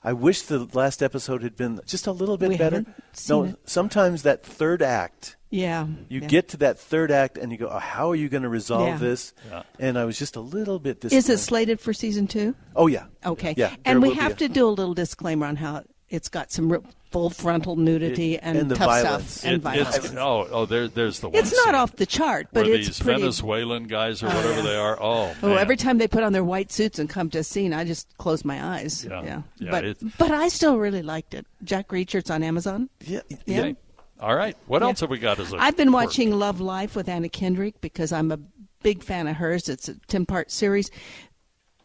[SPEAKER 5] I wish the last episode had been just a little bit
[SPEAKER 8] We
[SPEAKER 5] better.
[SPEAKER 8] haven't
[SPEAKER 5] No,
[SPEAKER 8] seen it.
[SPEAKER 5] sometimes that third act,
[SPEAKER 8] Yeah,
[SPEAKER 5] you
[SPEAKER 8] yeah.
[SPEAKER 5] get to that third act, and you go, oh, "How are you going to resolve
[SPEAKER 8] Yeah.
[SPEAKER 5] this?" And I was just a little bit
[SPEAKER 8] Is
[SPEAKER 5] disappointed.
[SPEAKER 8] it slated for season two?
[SPEAKER 5] Oh yeah.
[SPEAKER 8] Okay.
[SPEAKER 5] Yeah. there
[SPEAKER 8] and we
[SPEAKER 5] will be
[SPEAKER 8] have
[SPEAKER 5] a-
[SPEAKER 8] to do a little disclaimer on how it's got some real full frontal nudity
[SPEAKER 5] It-
[SPEAKER 8] and,
[SPEAKER 5] and the
[SPEAKER 8] tough
[SPEAKER 5] violence.
[SPEAKER 8] stuff and
[SPEAKER 4] It-
[SPEAKER 8] violence.
[SPEAKER 4] it's, oh, oh, there, there's the one.
[SPEAKER 8] It's not
[SPEAKER 4] scene
[SPEAKER 8] off the chart, but
[SPEAKER 4] where
[SPEAKER 8] it's
[SPEAKER 4] these
[SPEAKER 8] pretty.
[SPEAKER 4] Venezuelan guys or whatever
[SPEAKER 8] yeah.
[SPEAKER 4] they are. Oh,
[SPEAKER 8] Oh,
[SPEAKER 4] man.
[SPEAKER 8] every time they put on their white suits and come to a scene, I just close my eyes.
[SPEAKER 4] Yeah.
[SPEAKER 8] Yeah,
[SPEAKER 4] Yeah,
[SPEAKER 8] but
[SPEAKER 4] it's-
[SPEAKER 8] but I still really liked it. Jack Reacher's on Amazon.
[SPEAKER 5] Yeah.
[SPEAKER 8] Yeah.
[SPEAKER 4] Okay. All right. What
[SPEAKER 8] Yeah.
[SPEAKER 4] else have we got? As a
[SPEAKER 8] I've been
[SPEAKER 4] quirk?
[SPEAKER 8] watching Love Life with Anna Kendrick because I'm a big fan of hers. It's a ten part series.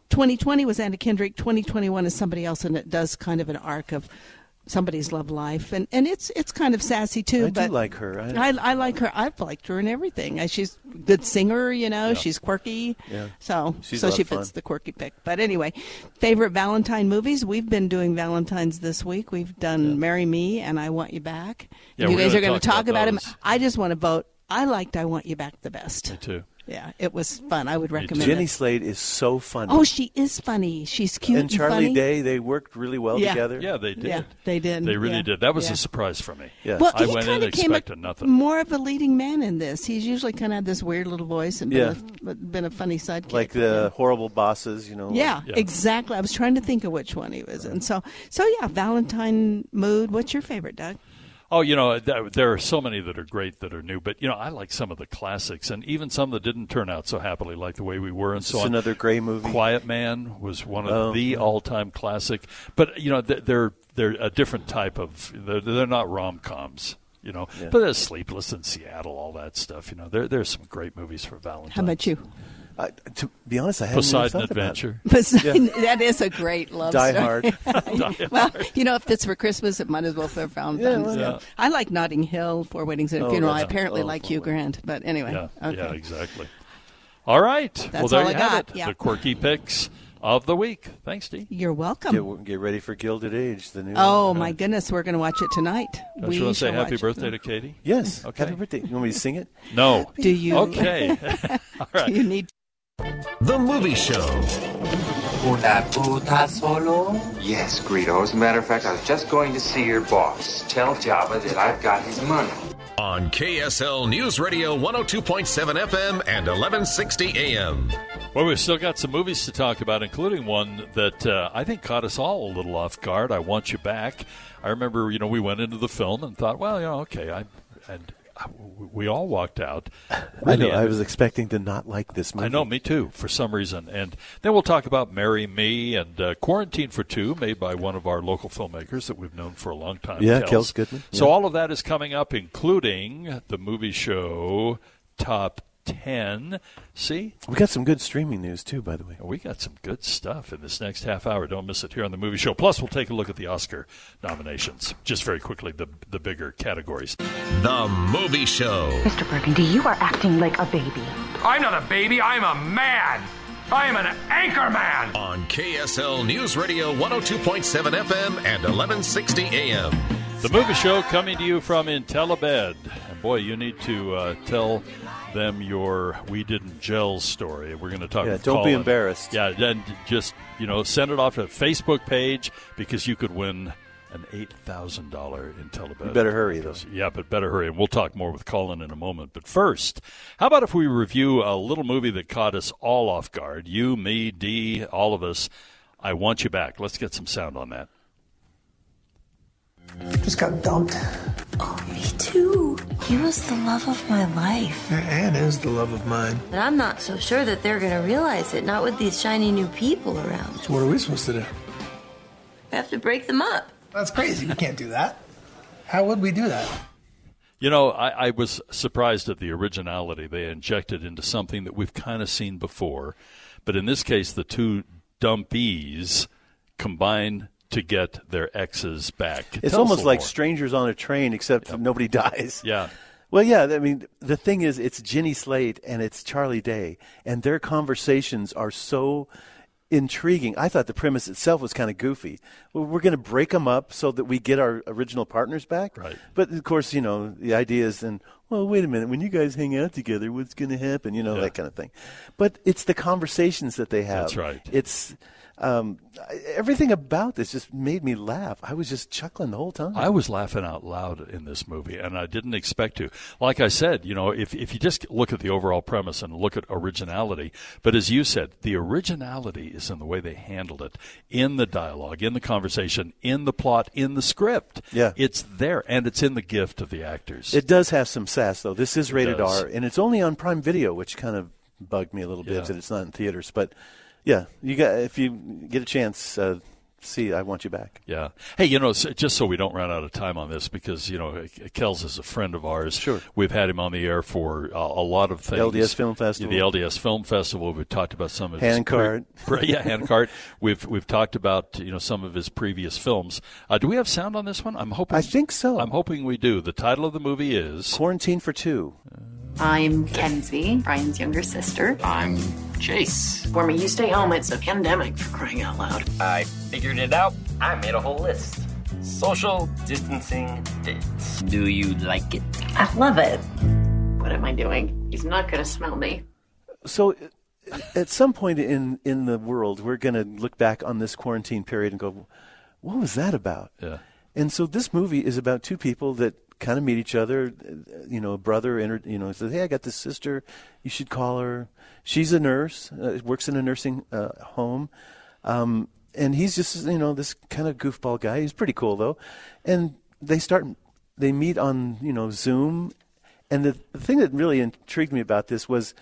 [SPEAKER 8] 2020 was Anna Kendrick. 2021 is somebody else, and it does kind of an arc of somebody's love life, and and it's it's kind of sassy too.
[SPEAKER 5] I do
[SPEAKER 8] but
[SPEAKER 5] like her. I-
[SPEAKER 8] I, I like her. I've liked her in everything. Uh, She's a good singer, you know. She's quirky.
[SPEAKER 5] Yeah.
[SPEAKER 8] So
[SPEAKER 5] She's a
[SPEAKER 8] so
[SPEAKER 5] lot
[SPEAKER 8] she
[SPEAKER 5] of fun.
[SPEAKER 8] fits the quirky pick. But anyway, favorite Valentine movies. We've been doing Valentines this week. We've done "Marry Me" and "I Want You Back."
[SPEAKER 4] Yeah,
[SPEAKER 8] If you
[SPEAKER 4] we're
[SPEAKER 8] guys
[SPEAKER 4] gonna
[SPEAKER 8] are going to
[SPEAKER 4] talk
[SPEAKER 8] talk about,
[SPEAKER 4] about
[SPEAKER 8] him.
[SPEAKER 4] those.
[SPEAKER 8] I just want to vote. I liked "I Want You Back" the best.
[SPEAKER 4] Me too.
[SPEAKER 8] Yeah, it was fun. I would recommend it.
[SPEAKER 5] Jenny Slade is so funny.
[SPEAKER 8] Oh, she is funny. She's cute.
[SPEAKER 5] and Charlie
[SPEAKER 8] funny. [LAUGHS]
[SPEAKER 5] Day, they worked really well
[SPEAKER 8] Yeah.
[SPEAKER 5] together.
[SPEAKER 8] Yeah, they did. Yeah, they did.
[SPEAKER 4] They really
[SPEAKER 8] Yeah.
[SPEAKER 4] did. That was
[SPEAKER 8] Yeah.
[SPEAKER 4] a surprise for me.
[SPEAKER 5] Yeah.
[SPEAKER 8] Well,
[SPEAKER 4] I
[SPEAKER 8] he
[SPEAKER 4] went in
[SPEAKER 8] kinda came
[SPEAKER 4] expecting
[SPEAKER 8] a-
[SPEAKER 4] nothing.
[SPEAKER 8] More of a leading man in this. He's usually kind of had this weird little voice and been, a, been a funny sidekick.
[SPEAKER 5] Like the horrible bosses, you know. like-
[SPEAKER 8] yeah, exactly. I was trying to think of which one he was in. So, so yeah, Valentine mood. What's your favorite, Doug?
[SPEAKER 4] Oh, you know, th- there are so many that are great that are new, but you know, I like some of the classics and even some that didn't turn out so happily, like the way we were and so
[SPEAKER 5] It's
[SPEAKER 4] on.
[SPEAKER 5] another Grey movie.
[SPEAKER 4] Quiet Man was one of
[SPEAKER 5] Oh.
[SPEAKER 4] the all-time classic, but you know, th- they're they're a different type of. They're, they're not rom coms. You know,
[SPEAKER 5] Yeah.
[SPEAKER 4] but there's Sleepless in Seattle, all that stuff. You know, there there's some great movies for Valentine.
[SPEAKER 8] How about you?
[SPEAKER 5] I, to be honest, I hadn't
[SPEAKER 4] Poseidon
[SPEAKER 5] even
[SPEAKER 8] [LAUGHS]
[SPEAKER 5] thought
[SPEAKER 4] Adventure.
[SPEAKER 5] About it. Yeah.
[SPEAKER 8] that is a great love
[SPEAKER 5] Die
[SPEAKER 8] story. [LAUGHS]
[SPEAKER 5] Hard. Die
[SPEAKER 8] well, you know, if it's for Christmas, it might as well for Valentine's.
[SPEAKER 5] why
[SPEAKER 8] Day.
[SPEAKER 5] not?
[SPEAKER 8] I like Notting Hill, Four Weddings and a
[SPEAKER 4] Oh,
[SPEAKER 8] Funeral. I
[SPEAKER 4] that's-
[SPEAKER 8] apparently
[SPEAKER 4] oh,
[SPEAKER 8] like
[SPEAKER 4] Four
[SPEAKER 8] Hugh Grant, but anyway.
[SPEAKER 4] Yeah,
[SPEAKER 8] okay.
[SPEAKER 4] yeah, exactly. All right. well,
[SPEAKER 8] That's
[SPEAKER 4] there
[SPEAKER 8] all
[SPEAKER 4] you
[SPEAKER 8] I
[SPEAKER 4] have
[SPEAKER 8] got,
[SPEAKER 4] it.
[SPEAKER 8] yeah.
[SPEAKER 4] The quirky picks of the week. Thanks, Dee.
[SPEAKER 8] You're welcome.
[SPEAKER 5] Get, get ready for Gilded Age, the new. Uh-huh.
[SPEAKER 8] Oh my goodness, we're going to watch it tonight.
[SPEAKER 4] Don't
[SPEAKER 8] we
[SPEAKER 4] you want to say
[SPEAKER 8] shall
[SPEAKER 4] happy
[SPEAKER 8] watch it.
[SPEAKER 4] birthday to Katie?
[SPEAKER 5] Yes.
[SPEAKER 4] Okay.
[SPEAKER 5] Happy birthday. You want me to sing it?
[SPEAKER 4] No.
[SPEAKER 8] Do you?
[SPEAKER 4] Okay. [LAUGHS] All right.
[SPEAKER 8] you need?
[SPEAKER 1] The Movie Show.
[SPEAKER 3] Una puta solo? Yes, Greedo. As a matter of fact, I was just going to see your boss. Tell Jabba that I've got his money.
[SPEAKER 1] On KSL News Radio 102.7 FM and 1160 AM.
[SPEAKER 4] Well, we've still got some movies to talk about, including one that uh, I think caught us all a little off guard. I Want You Back. I remember, you know, we went into the film and thought, well, you know, okay, I and I- we all walked out.
[SPEAKER 5] I know.
[SPEAKER 4] Really,
[SPEAKER 5] I was expecting to not like this movie.
[SPEAKER 4] I know, me too, for some reason. And then we'll talk about Marry Me and uh, Quarantine for Two, made by one of our local filmmakers that we've known for a long time.
[SPEAKER 5] Yeah, Kels Goodman,
[SPEAKER 4] So
[SPEAKER 5] yeah.
[SPEAKER 4] all of that is coming up, including the movie show Top 10. See?
[SPEAKER 5] We got some good streaming news too, by the way.
[SPEAKER 4] We got some good stuff in this next half hour. Don't miss it here on the movie show. Plus, we'll take a look at the Oscar nominations. Just very quickly, the, the bigger categories.
[SPEAKER 1] The Movie Show.
[SPEAKER 9] Mr. Burgundy, you are acting like a baby.
[SPEAKER 1] I'm not a baby, I'm a man. I am an anchor man. On KSL News Radio 102.7 FM and 1160 AM.
[SPEAKER 4] The movie show coming to you from IntelliBed. And boy, you need to uh, tell them your We Didn't Gel story. We're going to talk
[SPEAKER 5] Yeah,
[SPEAKER 4] with
[SPEAKER 5] don't be
[SPEAKER 4] Colin.
[SPEAKER 5] embarrassed.
[SPEAKER 4] Yeah, then just, you know, send it off to the Facebook page because you could win an $8,000 IntelliBed.
[SPEAKER 5] You better hurry, though.
[SPEAKER 4] Yeah, but better hurry. And we'll talk more with Colin in a moment. But first, how about if we review a little movie that caught us all off guard? You, me, Dee, all of us. I Want You Back. Let's get some sound on that.
[SPEAKER 10] Just got dumped.
[SPEAKER 11] Oh, me too. He was the love of my life.
[SPEAKER 10] Anne is the love of mine.
[SPEAKER 11] But I'm not so sure that they're gonna realize it, not with these shiny new people around.
[SPEAKER 10] So what are we supposed to do?
[SPEAKER 11] We have to break them up.
[SPEAKER 10] That's crazy. We can't do that. How would we do that?
[SPEAKER 4] You know, I, I was surprised at the originality they injected into something that we've kind of seen before. But in this case, the two dumpies combine to get their exes back. Tell
[SPEAKER 5] It's
[SPEAKER 4] us a
[SPEAKER 5] almost
[SPEAKER 4] little
[SPEAKER 5] like
[SPEAKER 4] more.
[SPEAKER 5] strangers on a train, except nobody [LAUGHS] dies.
[SPEAKER 4] Yeah.
[SPEAKER 5] Well, yeah. I mean, the thing is, it's Jenny Slate and it's Charlie Day, and their conversations are so intriguing. I thought the premise itself was kind of goofy. Well, we're going to break them up so that we get our original partners back. Right. But of course, you know, the idea is then, well, wait a minute. When you guys hang out together, what's going to happen? You know, that kind of thing. But it's the conversations that they have.
[SPEAKER 4] That's right.
[SPEAKER 5] It's. Um, I- everything about this just made me laugh. I was just chuckling the whole time.
[SPEAKER 4] I was laughing out loud in this movie, and I didn't expect to. Like I said, you know, if, if you just look at the overall premise and look at originality, but as you said, the originality is in the way they handled it in the dialogue, in the conversation, in the plot, in the script.
[SPEAKER 5] Yeah.
[SPEAKER 4] It's there, and it's in the gift of the actors.
[SPEAKER 5] It does have some sass, though. This is rated
[SPEAKER 4] does.
[SPEAKER 5] R, and it's only on Prime Video, which kind of bugged me a little bit
[SPEAKER 4] Yeah.
[SPEAKER 5] that it's not in theaters. But yeah, you got if you get a chance, uh, see, I want you back.
[SPEAKER 4] Yeah. Hey, you know, so, just so we don't run out of time on this, because you know, Kells is a friend of ours. Sure. We've had him on the air for uh, a lot of things.
[SPEAKER 5] LDS Film Festival.
[SPEAKER 4] The LDS Film Festival. We've talked about some of his
[SPEAKER 5] Handcart.
[SPEAKER 4] pre- pre- yeah, Handcart. We've we've talked about you know some of his previous films. Uh, do we have sound on this one? I'm hoping. I think
[SPEAKER 5] so.
[SPEAKER 4] I'm hoping we do. The title of the movie is
[SPEAKER 5] Quarantine for Two.
[SPEAKER 9] I'm Kenzie, Brian's younger sister. I'm Chase. Former, you stay home. It's a pandemic for crying out loud.
[SPEAKER 12] I figured it out. I made a whole list. Social distancing dates. Do you like it?
[SPEAKER 9] I love it. What am I doing? He's not gonna smell me.
[SPEAKER 5] So uh, at some point in, in the world, we're going to look back on this quarantine period and go, what was that about?
[SPEAKER 4] Yeah.
[SPEAKER 5] And so this movie is about two people that kind of meet each other. uh, You know, a brother, inter- you know, says, "Hey, I got this sister. You should call her. She's a nurse. Uh, works in a nursing uh, home." Um, and he's just, you know, this kind of goofball guy. He's pretty cool though. And they start, they meet on, you know, Zoom. And the, the thing that really intrigued me about this was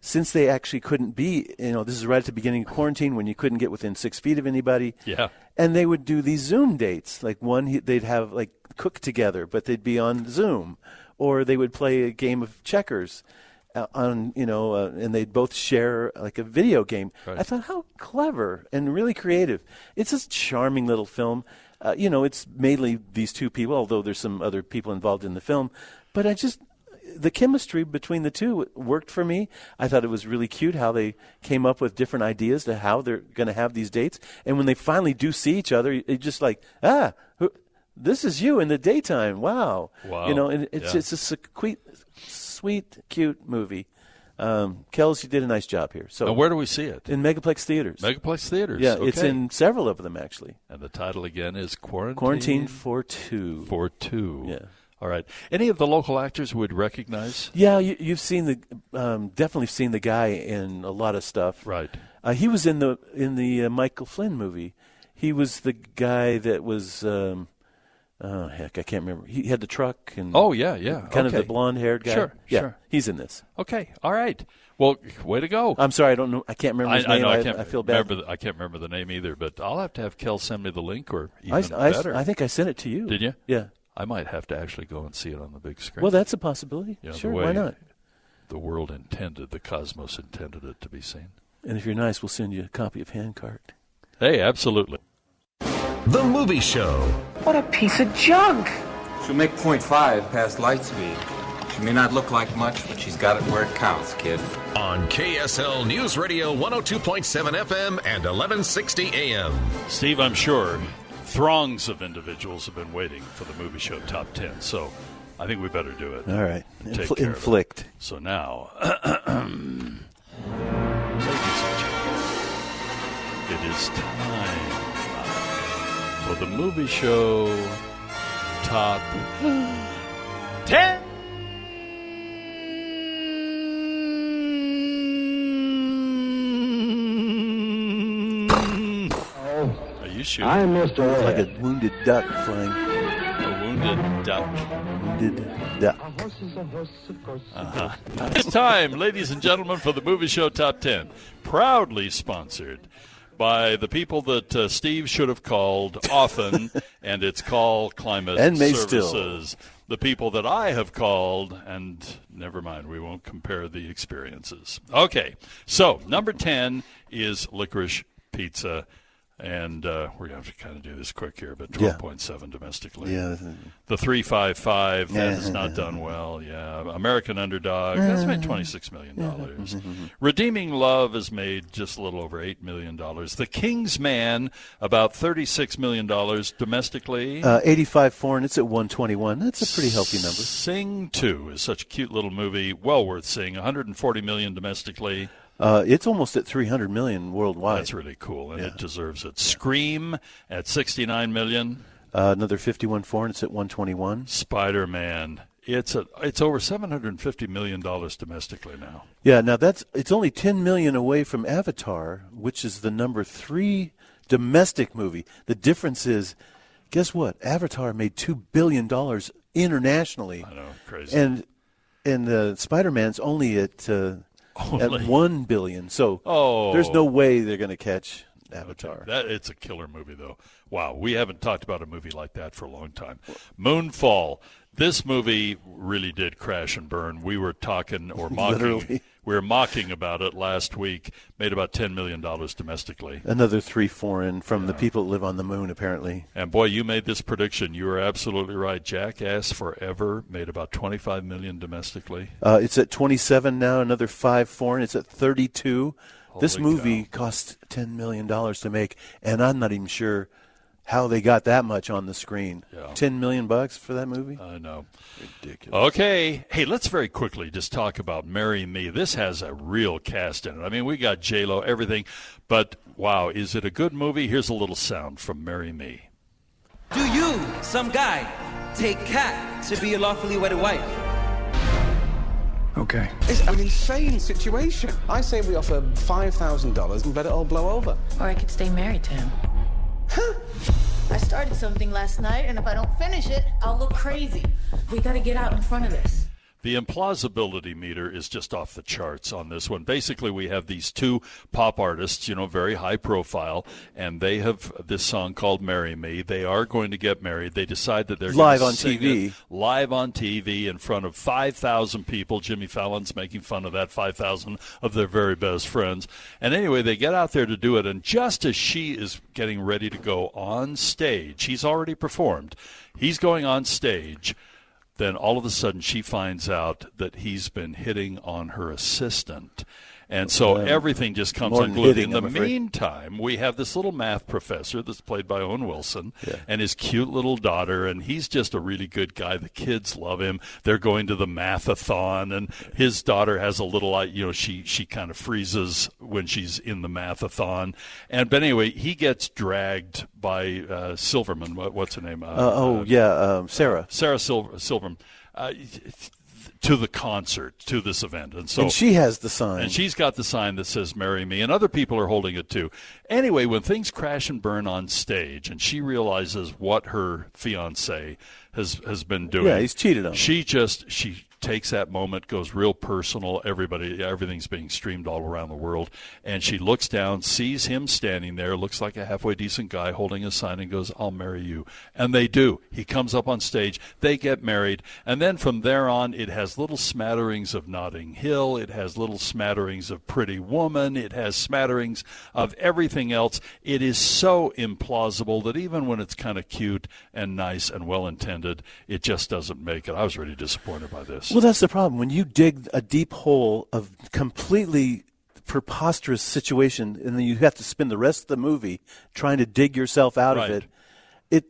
[SPEAKER 5] since they actually couldn't be, you know, this is right at the beginning of quarantine when you couldn't get within six feet of anybody
[SPEAKER 4] Yeah.
[SPEAKER 5] and they would do these Zoom dates. Like one, he- they'd have like cook together, but they'd be on Zoom, or they would play a game of checkers uh, on you know, uh, and they'd both share like a video game.
[SPEAKER 4] Right.
[SPEAKER 5] I thought how clever and really creative. It's a charming little film. Uh, you know, it's mainly these two people, although there's some other people involved in the film. But I just the chemistry between the two worked for me. I thought it was really cute how they came up with different ideas to how they're going to have these dates. And when they finally do see each other, it- it's just like, ah, who, this is you in the daytime. Wow.
[SPEAKER 4] Wow.
[SPEAKER 5] You know, and it's
[SPEAKER 4] Yeah.
[SPEAKER 5] it's a sweet, sweet, cute movie. Um, Kells, you did a nice job here. So
[SPEAKER 4] Now, where do we see it?
[SPEAKER 5] In Megaplex theaters.
[SPEAKER 4] Megaplex theaters.
[SPEAKER 5] Yeah, it's
[SPEAKER 4] okay.
[SPEAKER 5] in several of them actually.
[SPEAKER 4] And the title again is Quarantine.
[SPEAKER 5] Quarantine for two.
[SPEAKER 4] For two.
[SPEAKER 5] Yeah.
[SPEAKER 4] All right. Any of the local actors would recognize?
[SPEAKER 5] Yeah, you, you've seen the um, definitely seen the guy in a lot of stuff.
[SPEAKER 4] Right.
[SPEAKER 5] Uh, he was in the in the uh, Michael Flynn movie. He was the guy that was. Um, oh heck, I can't remember. He had the truck and.
[SPEAKER 4] Oh, yeah, yeah.
[SPEAKER 5] Kind of the
[SPEAKER 4] Okay.
[SPEAKER 5] blonde haired guy.
[SPEAKER 4] Sure,
[SPEAKER 5] Yeah,
[SPEAKER 4] sure.
[SPEAKER 5] he's in this.
[SPEAKER 4] Okay. All right. Well, way to go.
[SPEAKER 5] I'm sorry, I don't know. I can't remember his
[SPEAKER 4] I, I
[SPEAKER 5] name.
[SPEAKER 4] know, I, can't
[SPEAKER 5] feel bad.
[SPEAKER 4] remember. The, I can't remember the name either. But I'll have to have Kel send me the link, or
[SPEAKER 5] I,
[SPEAKER 4] even
[SPEAKER 5] I-
[SPEAKER 4] better.
[SPEAKER 5] I think I sent it to you.
[SPEAKER 4] Did you?
[SPEAKER 5] Yeah.
[SPEAKER 4] I might have to actually go and see it on the big screen.
[SPEAKER 5] Well, that's a possibility.
[SPEAKER 4] You know, the
[SPEAKER 5] sure,
[SPEAKER 4] way
[SPEAKER 5] why not?
[SPEAKER 4] The world intended, the cosmos intended it to be seen.
[SPEAKER 5] And if you're nice, we'll send you a copy of Handcart.
[SPEAKER 4] Hey, absolutely.
[SPEAKER 1] The Movie Show.
[SPEAKER 3] What a piece of junk! She'll make point five past light speed. She may not look like much, but she's got it where it counts, kid.
[SPEAKER 1] On KSL News Radio 102.7 FM and 1160 AM.
[SPEAKER 4] Steve, I'm sure throngs of individuals have been waiting for the movie show top 10, so I think we better do it.
[SPEAKER 5] All right.
[SPEAKER 4] And take
[SPEAKER 5] Infl-
[SPEAKER 4] care of it.
[SPEAKER 5] inflict.
[SPEAKER 4] So now, [CLEARS THROAT] ladies and gentlemen, it is time for the movie show top [GASPS] 10. Are you shooting?
[SPEAKER 2] I'm Mr.
[SPEAKER 5] Like a wounded duck flying.
[SPEAKER 4] A wounded duck.
[SPEAKER 5] Wounded duck.
[SPEAKER 4] Uh-huh. It's time, ladies and gentlemen, for the movie show top 10. Proudly sponsored by the people that uh, Steve should have called often,
[SPEAKER 5] [LAUGHS]
[SPEAKER 4] and it's Call Climate
[SPEAKER 5] And may still.
[SPEAKER 4] Services. The people that I have called, and never mind, we won't compare the experiences. Okay, so number 10 is Licorice Pizza. And uh, we're going to have to kind of do this quick here, but
[SPEAKER 5] Yeah.
[SPEAKER 4] 12.7 domestically.
[SPEAKER 5] Yeah.
[SPEAKER 4] The 355, that has not
[SPEAKER 5] Yeah.
[SPEAKER 4] done well. Yeah. American Underdog, that's made $26 million.
[SPEAKER 5] Mm-hmm.
[SPEAKER 4] Redeeming Love has made just a little over $8 million. The King's Man, about $36 million domestically.
[SPEAKER 5] Uh, 85 foreign. It's at 121. That's a pretty healthy number.
[SPEAKER 4] Sing 2 is such a cute little movie, well worth seeing. 140 million domestically.
[SPEAKER 5] Uh, it's almost at 300 million worldwide.
[SPEAKER 4] That's really cool, and it deserves it. Scream at 69 million.
[SPEAKER 5] Uh, another 51 foreign. It's at 121.
[SPEAKER 4] Spider Man. It's a, it's over 750 million dollars domestically now.
[SPEAKER 5] Yeah. Now that's it's only 10 million away from Avatar, which is the number three domestic movie. The difference is, guess what? Avatar made two billion dollars internationally.
[SPEAKER 4] I know, crazy.
[SPEAKER 5] And and uh, Spider Man's only at uh,
[SPEAKER 4] Only.
[SPEAKER 5] at one billion. So
[SPEAKER 4] Oh.
[SPEAKER 5] there's no way they're going to catch Avatar.
[SPEAKER 4] That it's a killer movie though. Wow, we haven't talked about a movie like that for a long time. Moonfall. This movie really did crash and burn. We were talking or mocking
[SPEAKER 5] Literally.
[SPEAKER 4] we were mocking about it last week. Made about 10 million dollars domestically.
[SPEAKER 5] Another three foreign from the people that live on the moon, apparently.
[SPEAKER 4] And boy, you made this prediction. You were absolutely right. Jackass Forever made about 25 million domestically.
[SPEAKER 5] Uh, it's at 27 now, another five foreign. It's at 32. this
[SPEAKER 4] Holy
[SPEAKER 5] movie cost $10 million to make, and I'm not even sure how they got that much on the screen. Ten million bucks for that movie?
[SPEAKER 4] I know.
[SPEAKER 5] Ridiculous.
[SPEAKER 4] Okay. Hey, let's very quickly just talk about Marry Me. This has a real cast in it. I mean, we got J Lo, everything, but wow, is it a good movie? Here's a little sound from Marry Me.
[SPEAKER 13] Do you, some guy, take Cat to be your lawfully wedded wife?
[SPEAKER 14] Okay.
[SPEAKER 15] It's an insane situation. I say we offer $5,000 and let it all blow over.
[SPEAKER 16] Or I could stay married to him. I started something last night, and if I don't finish it, I'll look crazy. We gotta get out in front of this.
[SPEAKER 4] The implausibility meter is just off the charts on this one. Basically, we have these two pop artists, you know, very high profile, and they have this song called Marry Me. They are going to get married. They decide that they're
[SPEAKER 5] Live
[SPEAKER 4] gonna
[SPEAKER 5] on
[SPEAKER 4] sing
[SPEAKER 5] TV.
[SPEAKER 4] it Live on TV in front of 5,000 people. Jimmy Fallon's making fun of that 5,000 of their very best friends. And anyway, they get out there to do it, and just as she is getting ready to go on stage, he's already performed, he's going on stage then all of a sudden she finds out that he's been hitting on her assistant. And so
[SPEAKER 5] Well,
[SPEAKER 4] everything just comes
[SPEAKER 5] more than
[SPEAKER 4] unglued.
[SPEAKER 5] hitting,
[SPEAKER 4] In the
[SPEAKER 5] I'm afraid.
[SPEAKER 4] meantime, we have this little math professor that's played by Owen Wilson and his cute little daughter, and he's just a really good guy. The kids love him. They're going to the mathathon, and his daughter has a little, uh, you know, she she kind of freezes when she's in the mathathon. And but anyway, he gets dragged by uh, Silverman. What, what's her name? Uh,
[SPEAKER 5] Uh, oh yeah, um, Sarah.
[SPEAKER 4] Sarah Sil- Silverman uh, to the concert, to this event. And so
[SPEAKER 5] and she has the sign.
[SPEAKER 4] and she's got the sign that says "Marry Me," and other people are holding it too. Anyway, when things crash and burn on stage, and she realizes what her fiance has has been doing,
[SPEAKER 5] Yeah, he's cheated on her.
[SPEAKER 4] She just she takes that moment, goes real personal. Everybody, everything's being streamed all around the world, and she looks down, sees him standing there, looks like a halfway decent guy holding a sign, and goes, "I'll marry you." And they do. He comes up on stage, they get married, and then from there on, it has little smatterings of Notting Hill, it has little smatterings of Pretty Woman, it has smatterings of everything else. It is so implausible that even when it's kind of cute and nice and well intended, it just doesn't make it. I was really disappointed by this.
[SPEAKER 5] Well, that's the problem. When you dig a deep hole of completely preposterous situation, and then you have to spend the rest of the movie trying to dig yourself out
[SPEAKER 4] Right.
[SPEAKER 5] of it. It,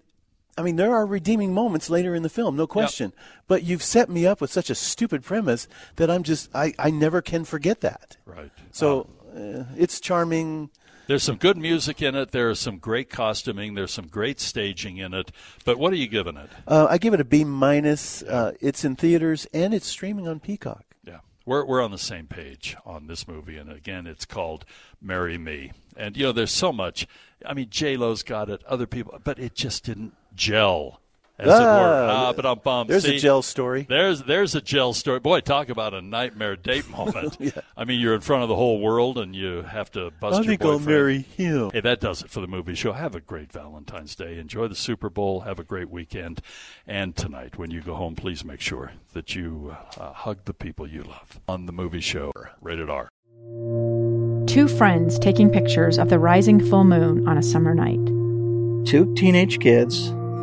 [SPEAKER 5] I mean, there are redeeming moments later in the film, no question. But you've set me up with such a stupid premise that I'm just, I, I never can forget that.
[SPEAKER 4] Right.
[SPEAKER 5] So uh, it's charming.
[SPEAKER 4] There's some good music in it. There is some great costuming. There's some great staging in it. But what are you giving it?
[SPEAKER 5] Uh, I give it a B minus. Uh, it's in theaters and it's streaming on Peacock.
[SPEAKER 4] Yeah. We're we're on the same page on this movie and again it's called Marry Me. And you know there's so much I mean J Lo's got it, other people but it just didn't gel as it were.
[SPEAKER 5] Ah,
[SPEAKER 4] Ah, but I'm bummed.
[SPEAKER 5] there's a
[SPEAKER 4] See,
[SPEAKER 5] gel story.
[SPEAKER 4] There's there's a gel story. Boy, talk about a nightmare
[SPEAKER 5] [LAUGHS]
[SPEAKER 4] date moment. I mean you're in front of the whole world and you have to bust your boyfriend.
[SPEAKER 5] him.
[SPEAKER 4] Hey, that does it for the movie show. Have a great Valentine's Day. Enjoy the Super Bowl. Have a great weekend. And tonight, when you go home, please make sure that you uh, hug the people you love. On the movie show, rated R.
[SPEAKER 17] Two friends taking pictures of the rising full moon on a summer night.
[SPEAKER 18] Two teenage kids